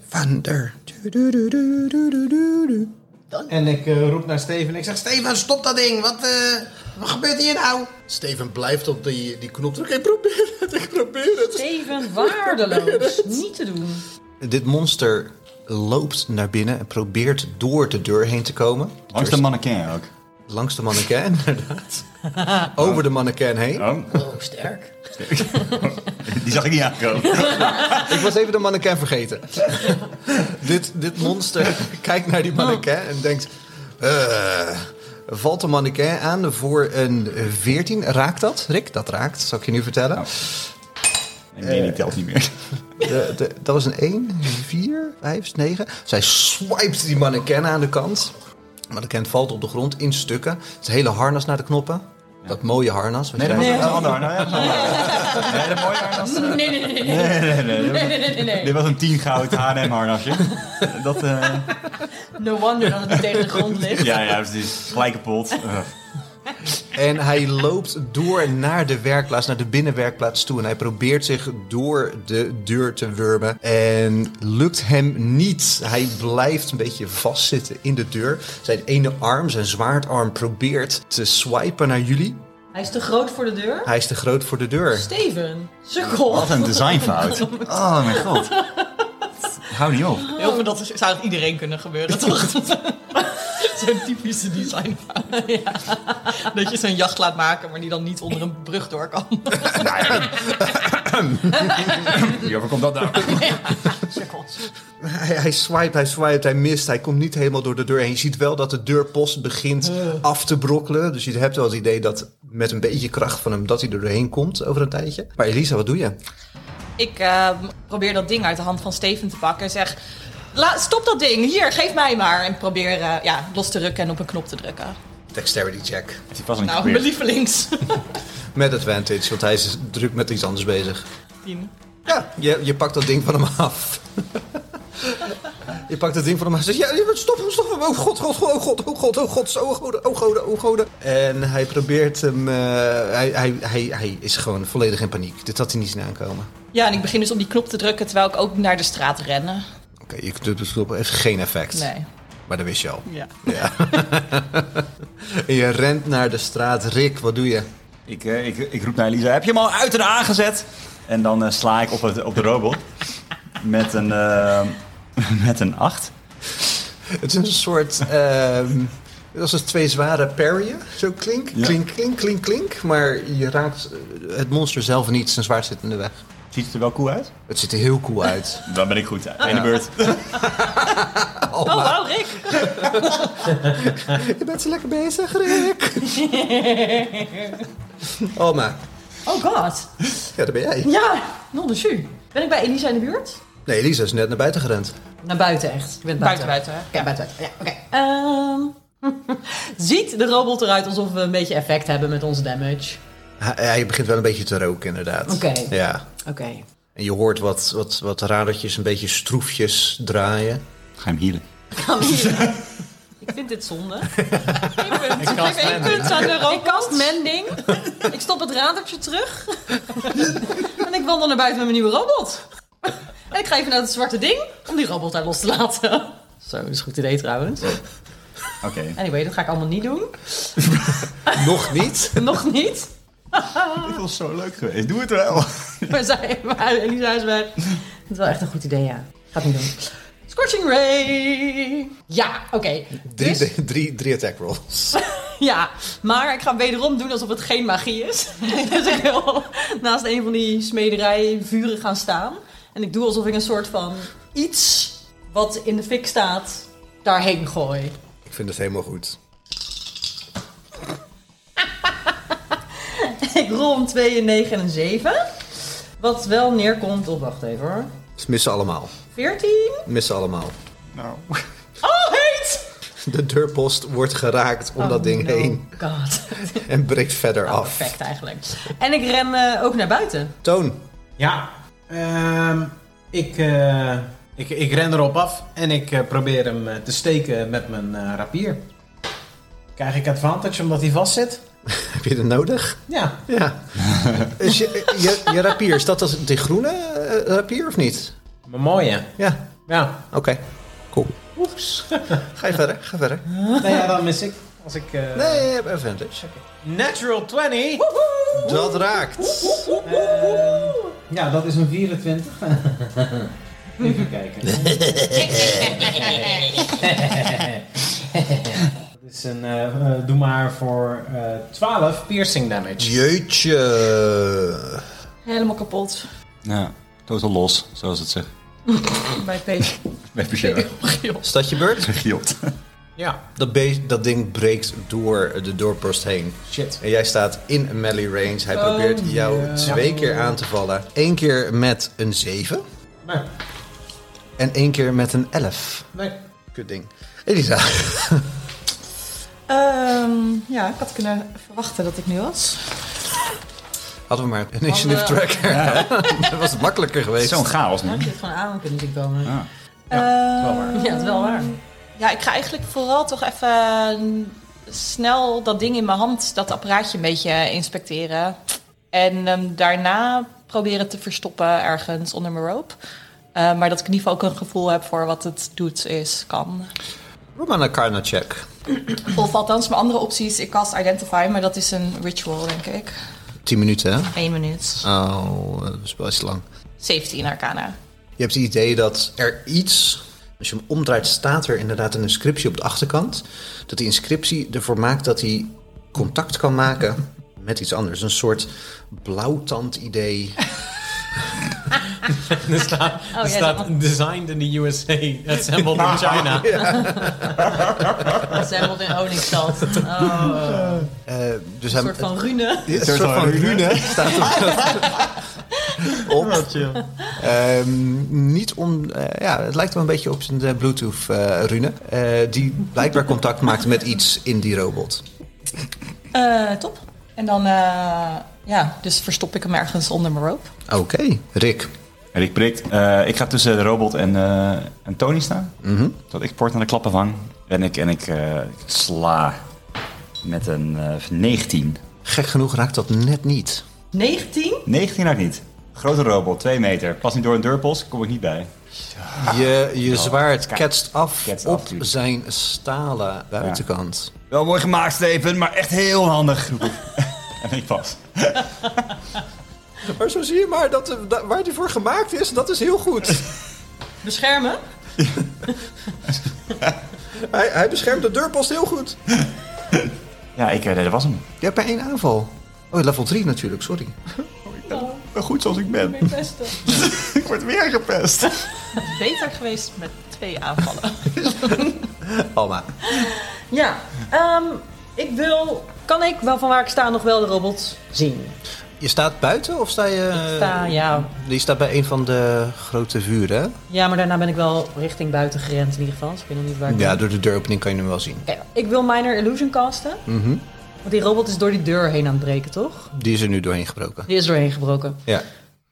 Thunder. Du- du- du- du- du- du- du- du. En ik eh, roep naar Steven. Ik zeg: Steven, stop dat ding. Wat, eh, wat gebeurt hier nou? Steven blijft op die, die knop drukken. Ik probeer het, ik probeer het. Steven, waardeloos. Niet te doen. Dit monster loopt naar binnen en probeert door de deur heen te komen. Langs Oh, de mannequin ook. Langs de mannequin, inderdaad. Over de mannequin heen. Oh, Oh, sterk. die zag ik niet aankomen. Ik was even de mannequin vergeten. dit, dit monster kijkt naar die mannequin en denkt... "Eh." valt de mannequin aan voor een 14. Raakt dat, Rick? Dat raakt, zal ik je nu vertellen. Nee, die telt niet meer. De- de- dat was een 1, 4, 5, 9. Zij swiped die mannequin aan de kant. De mannequin valt op de grond in stukken. Het hele harnas naar de knoppen. Dat mooie harnas. wat Nee, jij- dat was een ander harnas. Nee, dat was een ander harnas. Nee, dat mooie harnas. eh, Nee, nee, nee. Nee, nee, nee. nee. Dit was een 10 goud H&M harnasje. Dat, eh, No wonder dat het niet tegen de grond ligt. ja, ja, precies. Gelijk kapot. Eh, En hij loopt door naar de werkplaats, naar de binnenwerkplaats toe. En hij probeert zich door de deur te wurmen. En lukt hem niet. Hij blijft een beetje vastzitten in de deur. Zijn ene arm, zijn zwaardarm, probeert te swipen naar jullie. Hij is te groot voor de deur. Hij is te groot voor de deur. Steven, sukkel. Wat een designfout. Oh mijn god. Hou niet op. Heel veel dat zou iedereen kunnen gebeuren, toch? zo'n typische designfout. Dat je zo'n jacht laat maken, maar die dan niet onder een brug door kan. Nou Wie overkomt dat nou? Hij, hij swipe, hij swipe, hij mist. Hij komt niet helemaal door de deur heen. Je ziet wel dat de deurpost begint af te brokkelen. Dus je hebt wel het idee dat met een beetje kracht van hem dat hij er doorheen komt over een tijdje. Maar Elisa, wat doe je? Ik eh, probeer dat ding uit de hand van Steven te pakken en zeg... "La- stop dat ding, hier, geef mij maar. En probeer eh, ja, los te rukken en op een knop te drukken. Dexterity check. Heeft hij vast nog niet Nou, mijn geprobeerd. lievelings. Met advantage, want hij is druk met iets anders bezig. Tien. Ja, je, je pakt dat ding van hem af. je pakt dat ding van hem af en zegt... Ja, ja, stop hem, stop hem. Oh god, god, god, oh god, oh god, oh god, zo, oh god, oh god, oh god. En hij probeert hem... eh, hij, hij, hij, hij is gewoon volledig in paniek. Dit had hij niet zien aankomen. Ja, en ik begin dus op die knop te drukken terwijl ik ook naar de straat rennen. Oké, je doet het stoppen. Heeft geen effect. Nee. Maar dat wist je al. Ja. En je rent naar de straat. Rick, wat doe je? Ik, eh, ik, ik roep naar Elisa, heb je hem al uit en aangezet? En dan eh, sla ik op, het, op de robot. Met een, eh, met een 8. Het is een soort. ehm als het twee zware parryen. Zo klink, Ja. klink, klink, klink, klink. Maar je raakt eh, het monster zelf niet. Zijn zwaard zit in de weg. Ziet het er wel cool uit? Het ziet er heel cool uit. Dan ben ik goed. Einde Ja. beurt. Oh, wauw, Rick. je bent zo lekker bezig, Rick. Alma, Oh god. ja, daar ben jij. Ja, non de jus. Ben ik bij Elisa in de buurt? Nee, Elisa is net naar buiten gerend. Naar buiten echt. Ik ben Buiten, buiten. hè? Ja, buiten. buiten. Ja, oké. Ehm, ziet de robot eruit alsof we een beetje effect hebben met onze damage? Hij, hij begint wel een beetje te roken, inderdaad. Oké. Ja. Oké. En je hoort wat, wat, wat radertjes, een beetje stroefjes draaien. Ga hem healen. Ik vind dit zonde. Eén punt. Ik geef één punt aan de robot. Ik kast mending. ik stop het radertje terug. en ik wandel naar buiten met mijn nieuwe robot. en ik ga even naar het zwarte ding om die robot daar los te laten. Zo, dat is een goed idee trouwens. Oké. Anyway, dat ga ik allemaal niet doen. Nog niet? Nog niet. Dit was zo leuk geweest. Doe het wel. Maar, zij, maar Elisa is weg. Dat is wel echt een goed idee, ja. Gaat niet doen. Scorching Ray! Ja, oké. Drie, Dus, drie, drie attack rolls. ja, maar ik ga wederom doen alsof het geen magie is. dus ik wil naast een van die smederijvuren gaan staan. En ik doe alsof ik een soort van iets wat in de fik staat, daarheen gooi. Ik vind het helemaal goed. ik rol een 2, een 9 en een 7. Wat wel neerkomt op, wacht even hoor, Ze missen allemaal. 14. Missen allemaal. Nou. Oh, heet! De deurpost wordt geraakt om dat ding Oh, no. heen God. en breekt verder af. Perfect eigenlijk. En ik ren eh, ook naar buiten. Toon, Ja. Ehm, ik, eh, ik, ik ren erop af en ik eh, probeer hem eh, te steken met mijn eh, rapier. Krijg ik advantage omdat hij vast zit? Heb je dat nodig? Ja. Ja. Is je, je, je rapier, is dat als- die groene eh, rapier of niet? Mijn mooie. Ja, Ja. oké. Cool. Oeps. Ga je verder, ga verder. Nou ja, dan mis ik. Als ik eh, Nee, je hebt advantage. Natural 20. Dat raakt. Ehm, ja, dat is een 24. Even kijken. dat is een, eh, eh, doe maar voor eh 12 piercing damage. Jeetje. Helemaal kapot. Ja, totaal los, zoals het zegt. Bij Peter. Bij Pichero. Is dat je beurt? Giot. Ja, Dat, be- dat ding breekt door de doorpost heen. shit. En jij staat in melee range. Hij probeert jou twee keer aan te vallen. Eén keer met een 7 Nee, en één keer met een 11. nee. Kut ding. Elisa. Ehm, ja, ik had kunnen verwachten dat ik nu was. Hadden we maar een initiative Hadden tracker. dat was het makkelijker geweest. Zo'n chaos nu. Had je het van aan kunnen zien komen. Eh, Ah. Ehm, Ja, het is wel waar. Oh, Ja, ik ga eigenlijk vooral toch even eh, snel dat ding in mijn hand, dat apparaatje een beetje inspecteren. En ehm, daarna proberen te verstoppen ergens onder mijn rope. Eh, maar dat ik in ieder geval ook een gevoel heb voor wat het doet, is, kan. Doe maar een karna check. Of althans, mijn andere optie is, ik cast Identify, maar dat is een ritual, denk ik. 10 minuten, hè? Eén minuut. Oh, dat is best lang. Safety in Arcana. Je hebt het idee dat er iets, als je hem omdraait, staat er inderdaad een inscriptie op de achterkant. Dat die inscriptie ervoor maakt dat hij contact kan maken met iets anders. Een soort blauwtand idee. Er staat, er ja, staat designed in the USA, assembled in China. Assembled in Honingstad. Oh, Eh, dus een hij, soort van rune. een soort van rune staat er op. Ehm, niet om, eh, ja, het lijkt wel een beetje op zijn eh, Bluetooth eh, rune. eh, die blijkbaar contact maakt met iets in die robot. Eh, top. En dan, eh, ja, dus verstop ik hem ergens onder mijn rope. Oké, Rick. En ik prikt. Eh, ik ga tussen de robot en, eh, en Tony staan. Mhm. Tot ik port aan de klappen vang. En ik, en ik, eh, ik sla met een eh, 19. Gek genoeg raakt dat net niet. 19? 19 had ik niet. Grote robot, 2 meter. Pas niet door een deurpost, kom ik niet bij. Je, je zwaard ketst af Ketst op af, tuurlijk. zijn stalen buitenkant. Wel mooi gemaakt, Steven, maar echt heel handig. roep ik. en ik pas. Maar zo zie je maar dat, eh, waar die voor gemaakt is, dat is heel goed. Beschermen? hij, beschermt de deurpost heel goed. Ja, ik, eh, dat was hem. Je hebt maar één aanval. Oh, level 3 natuurlijk, sorry. Goed zoals ik ben. ik word weer gepest. Beter geweest met twee aanvallen. Alma. Ja. ehm, ik wil... Kan ik wel van waar ik sta nog wel de robot zien? Je staat buiten of sta je... Ik sta, ja. Je staat bij een van de grote vuren, hè? ja, maar daarna ben ik wel richting buiten gerend in ieder geval. Dus ik weet nog niet waar ik Ja, ben. door de deuropening kan je hem wel zien. Oké, Ik wil Minor Illusion casten. Mhm. Want die robot is door die deur heen aan het breken, toch? Die is er nu doorheen gebroken. Die is doorheen gebroken. Ja.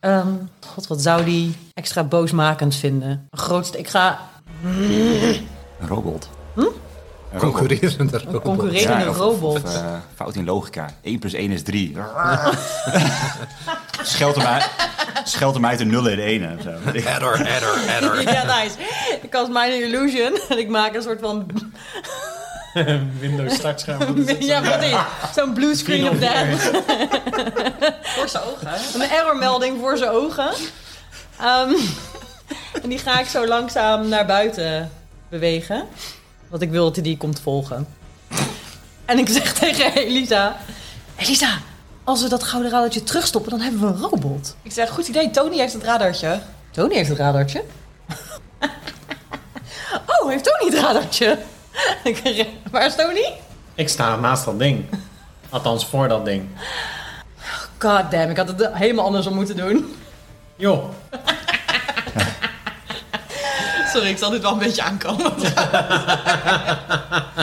Ehm, God, wat zou die extra boosmakend vinden? Een grootste, ik ga Een robot. Hm? Concurrerende een robot. concurrerende Ja, of- robot. Of, eh, fout in logica. 1 plus 1 is 3. scheld, hem uit, scheld hem uit de nullen in de ene. of zo. Error, error, error. ja, nice. Ik cast Minor Illusion en ik maak een soort van... Windows startscherm. ja, wat is het? Zo'n blue screen of death. Voor zijn ogen. Een errormelding voor zijn ogen. Ehm, en die ga ik zo langzaam naar buiten bewegen. Want ik wil dat hij die komt volgen. En ik zeg tegen Elisa... Elisa, als we dat gouden radertje terugstoppen, dan hebben we een robot. Ik zeg, goed idee, Tony heeft het radartje. Tony heeft het radartje. oh, heeft Tony het radartje? Waar is Tony? Ik sta naast dat ding. Althans, voor dat ding. God damn, ik had het helemaal andersom moeten doen. Joh, Sorry, ik zal dit wel een beetje aankomen.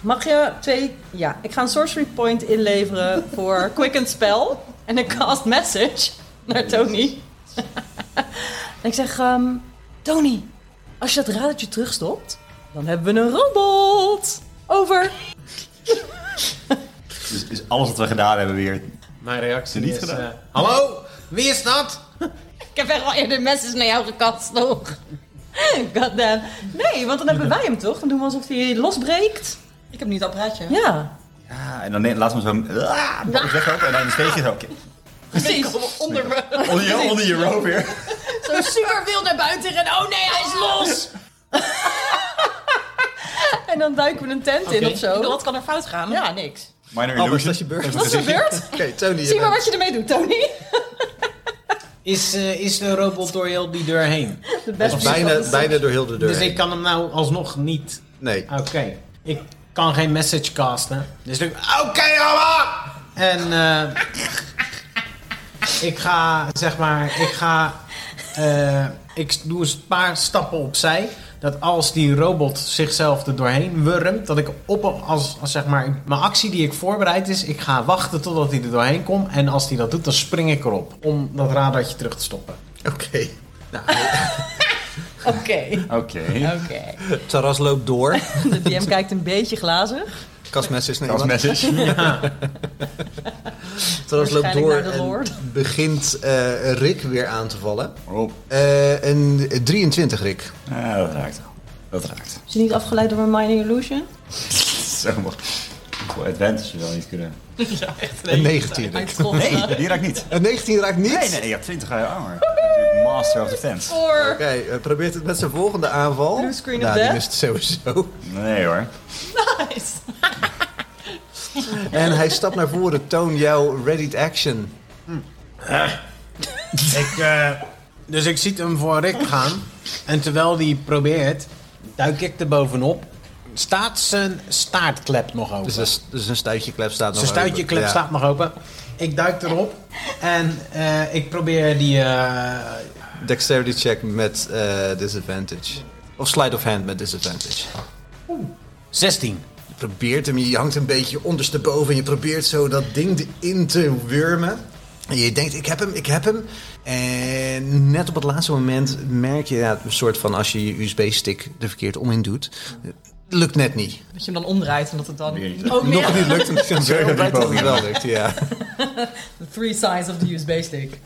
Mag je twee... Ja, ik ga een sorcery point inleveren voor quickened spell. En een cast message naar Tony. En ik zeg, ehm, Tony, als je dat radertje terugstopt, dan hebben we een robot. Over. Dus is alles wat we gedaan hebben weer... Mijn reactie Niet is... gedaan. eh, Hallo? Wie is dat? Ik heb echt wel eerder mensen naar jou gekast nog. Goddamn. Nee, want dan hebben wij hem toch? Dan doen we alsof hij losbreekt. Ik heb nu dat praatje. Ja. Ja, Ah, en dan ne- laten we hem zo... Ah, dat is weg ook. En dan steek je zo... oké. Precies. onder me. Onder je, onder je rope weer. Zo super wild naar buiten en oh nee, hij is los. En dan duiken we een tent in of Ik bedoel, zo. wat kan er fout gaan? Ja, niks. Minor Albert, illusion. dat is je beurt. Wat is er gebeurd? Oké, Tony. Zie je maar bent- wat je ermee doet, Tony. is, eh, is de robot door heel die deur heen? De Hij is beste bijna, bijna door heel de deur. Dus heen. ik kan hem nou alsnog niet... Nee. Ah. Oké. Ik kan geen message casten. Dus ik... Oké, allemaal! En eh, ik ga, zeg maar, ik ga... eh, ik doe een paar stappen opzij. Dat als die robot zichzelf er doorheen wurmt, dat ik op als, als zeg maar, mijn actie die ik voorbereid is, ik ga wachten totdat hij er doorheen komt. En als hij dat doet, dan spring ik erop om dat radartje terug te stoppen. Oké. Nou, Oké. Oké. Oké. het terras loopt door. De DM kijkt een beetje glazig. Kastmes is Dat is nemen. message. Het terras loopt door Waarschijnlijk naar de en Lord. begint eh, Rick weer aan te vallen. Rob. Eh, een 23, Rick. Ah, dat raakt wel. Dat raakt. Is je niet afgeleid door een Mining Illusion? Zo mocht. Voor advantage wel niet kunnen. een 19, Rick. Nee, die raakt niet. Een 19 raakt niet. Nee, nee, je hebt 20 jaar armor. Natuurlijk Master of Defense. Voor. Oké, eh, probeert het met zijn volgende aanval. Blue screen of nou, die death. mist sowieso. Nee hoor. En hij stapt naar voren. Toon jouw ready action. Ik, eh, dus ik zie hem voor Rick gaan. En terwijl die probeert, duik ik er bovenop. Staat zijn staartklep nog open? Dus, dat is- dus een stuitje klep staat nog zijn stuitjeklep open. Ja. staat nog open. Ik duik erop en eh, ik probeer die. eh, Dexterity check met eh, disadvantage. Of slide of hand met disadvantage. 16. Je probeert hem, je hangt een beetje ondersteboven en je probeert zo dat ding erin te wurmen. En je denkt, ik heb hem, ik heb hem. En net op het laatste moment merk je ja, een soort van als je je USB-stick er verkeerd om in doet. eh, Lukt net niet. Dat je hem dan omdraait en dat het dan... Weer niet. Ook meer. Nog niet lukt hem. Ik Zeker blijkt dat niet het wel lukt, ja. The three sides of the USB stick.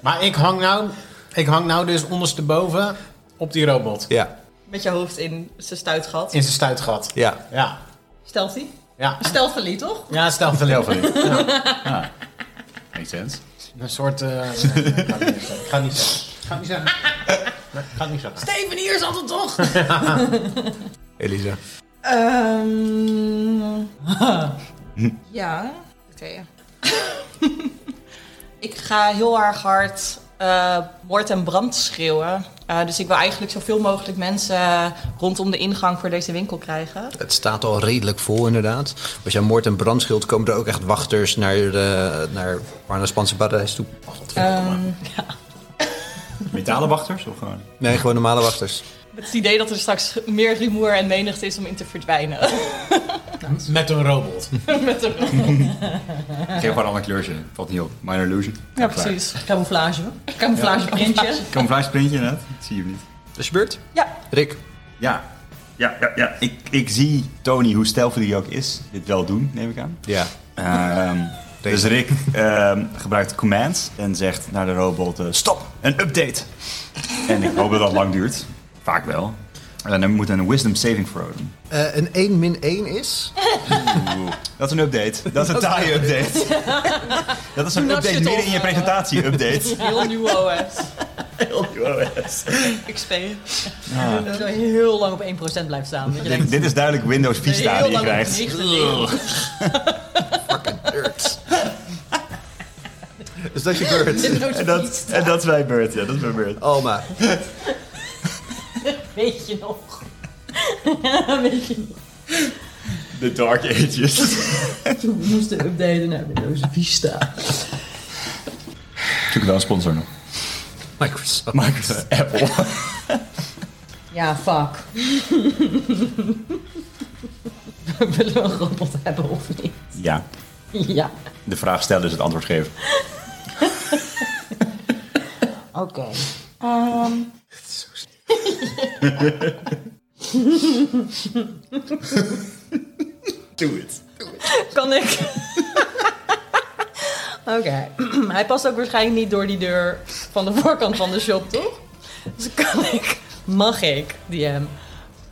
Maar ik hang, nou, ik hang nou dus ondersteboven op die robot. Ja, Met je hoofd in zijn stuitgat. In zijn stuitgat. ja. Ja. Stelt hij? Ja. Stelt verliet, toch? Ja, stel van heel veel. Makes sense. Een soort. eh, nee, nee, ik ga het niet zeggen. Ik ga het niet zeggen. Ik ga het niet zeggen. Nee, ik ga het niet zeggen. Steven, hier zat het toch? Elisa. Ehm, ja. Oké. Ik ga heel erg hard eh, moord en brand schreeuwen. Eh, dus ik wil eigenlijk zoveel mogelijk mensen eh, rondom de ingang voor deze winkel krijgen. Het staat al redelijk vol inderdaad. Als je aan moord en brand schild komen er ook echt wachters naar, de, naar Arna Spanse paradijs toe. Metalen wachters of gewoon? Nee, gewoon normale wachters. Met het idee dat er straks meer rumoer en menigte is om in te verdwijnen. Met een robot. Met een... Geef gewoon een ander kleurtje. Valt niet op. Minor illusion. Ja, precies. Camouflage. Camouflage printje. Camouflage printje net. Dat zie je niet. Dus je beurt? Ja. Rick. Ja. Ja, ja, ja. Ik, ik zie Tony, hoe stijlvol die ook is, dit wel doen, neem ik aan. Ja. Ehm, dus Rick ehm, gebruikt commands en zegt naar de robot: eh, Stop, een update. En ik hoop dat dat lang duurt. Vaak wel. En dan moet een wisdom saving throw doen. Eh, een 1 min 1 is? Oeh, Dat is een update. Dat is een taaie update. Dat is een Toen update had je het midden in je op, eh. presentatie update. Heel nieuw OS. XP. Zo heel lang op 1% blijft staan. Dat je denkt, Dit, dit is duidelijk Windows Vista Heel die je lang krijgt. opgericht. Dirt. dus dat is je beurt. En dat, en dat is mijn beurt, ja, dat is mijn beurt. Alma. weet je nog? weet je nog? The Dark Ages. Toen we moesten updaten naar Windows Vista. Zoek wel een sponsor nog. Microsoft. Microsoft, Apple. Ja, fuck. Willen we een robot hebben of niet? Ja, Ja. de vraag stellen is het antwoord geven. Oké. Ehm. Doe het. Kan ik? Oké. Hij past ook waarschijnlijk niet door die deur van de voorkant van de shop, toch? Dus kan ik, mag ik, DM,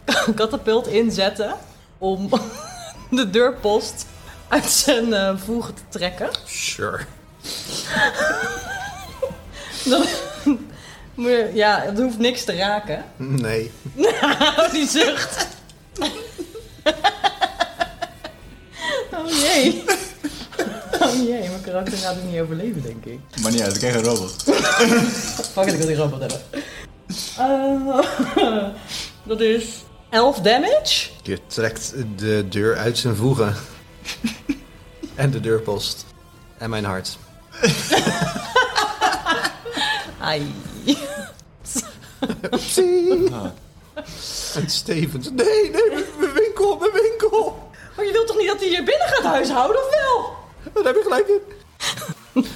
een katapult inzetten om de deurpost uit zijn eh, voegen te trekken? Sure. Dan, moet je- ja, het hoeft niks te raken. Nee. Oh, die zucht. Oh jee. Oh jee, mijn karakter gaat het niet overleven, denk ik. Maar niet uit, ik krijg een robot. Fuck it, ik wil die robot hebben. Eh, dat is 11 damage. Je trekt de deur uit zijn voegen. en de deurpost. En mijn hart. Ai. Ah. En Stevens. Nee, nee, mijn- mijn winkel, mijn winkel. Maar je wilt toch niet dat hij hier binnen gaat huishouden, of wel? Daar heb je gelijk in.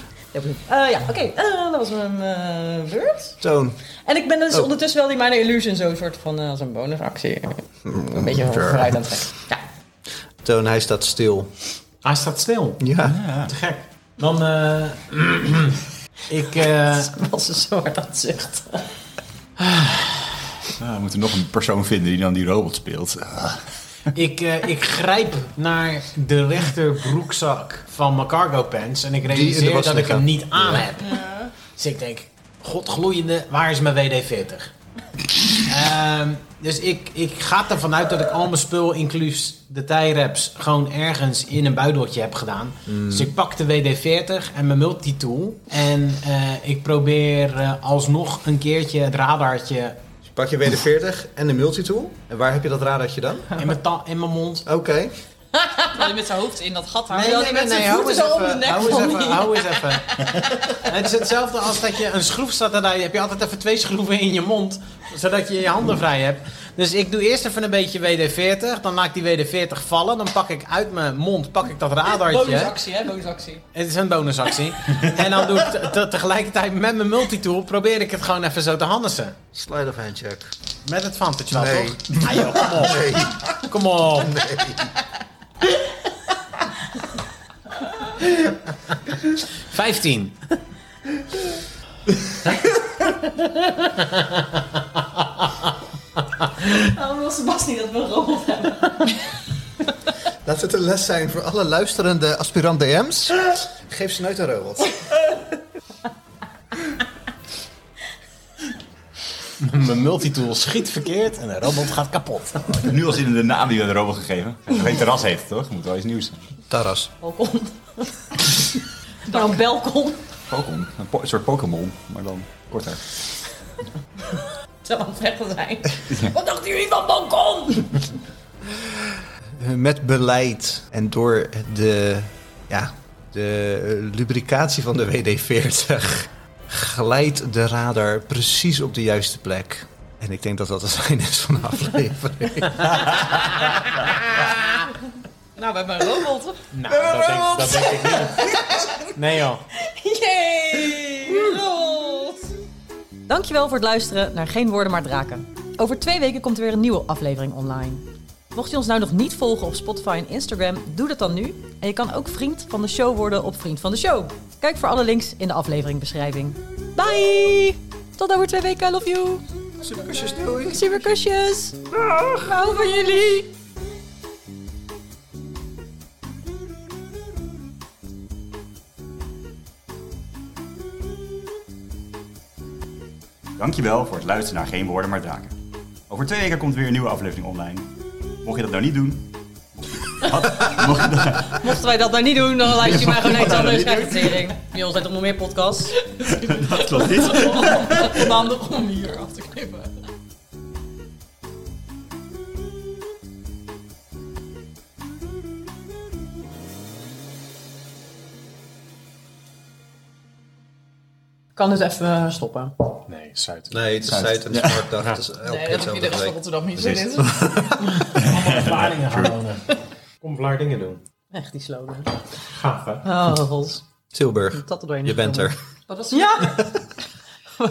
Eh, ja, oké. eh, dat was mijn eh, beurt. Toon. En ik ben dus Oh. ondertussen wel die Minor Illusion zo'n soort van eh, als een bonusactie. Een beetje vooruit aan het trekken. Ja. Toon, hij staat stil. Hij staat stil. Ja. Te gek. Dan, eh, ik, eh, Als ze zo hard aan het zuchten. Ah, we moeten nog een persoon vinden die dan die robot speelt. Ah. ik, eh, ik grijp naar de rechterbroekzak van mijn cargo pants en ik in de realiseer was dat ik liggen. hem niet aan heb. Dus ik denk, godgloeiende, waar is mijn WD-40? Ehm, dus ik, ik ga ervan uit dat ik al mijn spul, inclusief de tie-wraps, gewoon ergens in een buideltje heb gedaan. Dus ik pak de WD-40 en mijn multitool. En eh, ik probeer eh, alsnog een keertje het radartje Dus pak je WD-40 en de multitool. En waar heb je dat radartje dan? in mijn, ta- in mijn mond. Oké. Terwijl hij met zijn hoofd in dat gat hangt. Nee, nee, nee, nee, hou eens even. Hou eens even, hou eens even. Het is hetzelfde als dat je een schroef staat en daar heb je altijd even twee schroeven in je mond, zodat je je handen vrij hebt. Dus ik doe eerst even een beetje WD-40, dan laat ik die WD-40 vallen, dan pak ik uit mijn mond pak ik dat radartje. Bonusactie, hè? Bonusactie. Het is een bonusactie. En dan doe ik te- te- tegelijkertijd met mijn multitool probeer ik het gewoon even zo te hannissen. Slide of hand check. Met het vantage wel, Nee. toch? Ah, joh, kom op. Nee. Kom op. Vijftien. Waarom wil Sebastian dat we robot Laat het een les zijn voor alle luisterende aspirant DM's. Geef ze nooit een robot. Mijn multitool schiet verkeerd en de robot gaat kapot. Ik heb nu al zin in de naam die we aan de robot gegeven. Hij geen terras heet, toch? Moet wel iets nieuws zijn. Taras. balkon. Nou, een balkon. Pokémon. Een, po- een soort Pokémon, maar dan korter. Zou aan het vechten zijn. Wat dacht jullie van balkon? Met beleid en door de, ja, de lubricatie van de WD-40 glijdt de radar precies op de juiste plek. En ik denk dat dat het zijn is van de aflevering. Nou, we hebben een robot. Nou, dat denk, dat denk ik niet. Nee joh. Yay! Dankjewel voor het luisteren naar Geen Woorden Maar Draken. Over twee weken komt er weer een nieuwe aflevering online. Mocht je ons nou nog niet volgen op Spotify en Instagram, doe dat dan nu. En je kan ook vriend van de show worden op Vriend van de Show. Kijk voor alle links in de afleveringbeschrijving. Bye! Tot over twee weken, I love you! Super kusjes! Dag! Hou van jullie! Dankjewel voor het luisteren naar Geen Woorden Maar Draken. Over twee weken komt weer een nieuwe aflevering online. Mocht je dat nou niet doen... Wat? Mocht je dat... Mochten wij dat nou niet doen, dan luister je maar gewoon naar iets Ja, anders. dat Krijg je tering. Bij ons zijn toch nog meer podcasts? Dat klopt niet. Handig om hier af te knippen. Kan het even stoppen? Nee, Zuid. Nee, het is Zuid. Zuid en Smartdag. Het is elke Nee, keer dat heb je de hetzelfde rest van week. Rotterdam niet Precies. zin in. Vlaardingen gaan wonen. Kom Vlaardingen doen. Echt, die slogan. Gaaf hè? Oh, Rols. Tilburg, Dat er doorheen je bent er. Wat was Ja!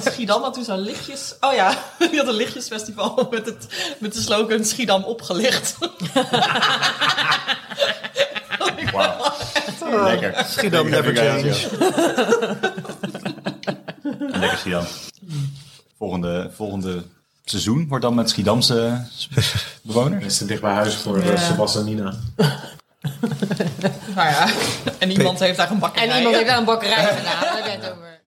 Schiedam had toen zo'n lichtjes... Oh ja, die had een lichtjesfestival met, het, met de slogan Schiedam opgelicht. Wauw. Lekker. Schiedam never change. Lekker Schiedam. Volgende, volgende seizoen wordt dan met Schiedamse bewoners. Is te dicht bij huis voor Ja. eh, Sebas en Nina. Nou ja, en iemand heeft daar een bakkerij. En iemand heeft daar een bakkerij gedaan.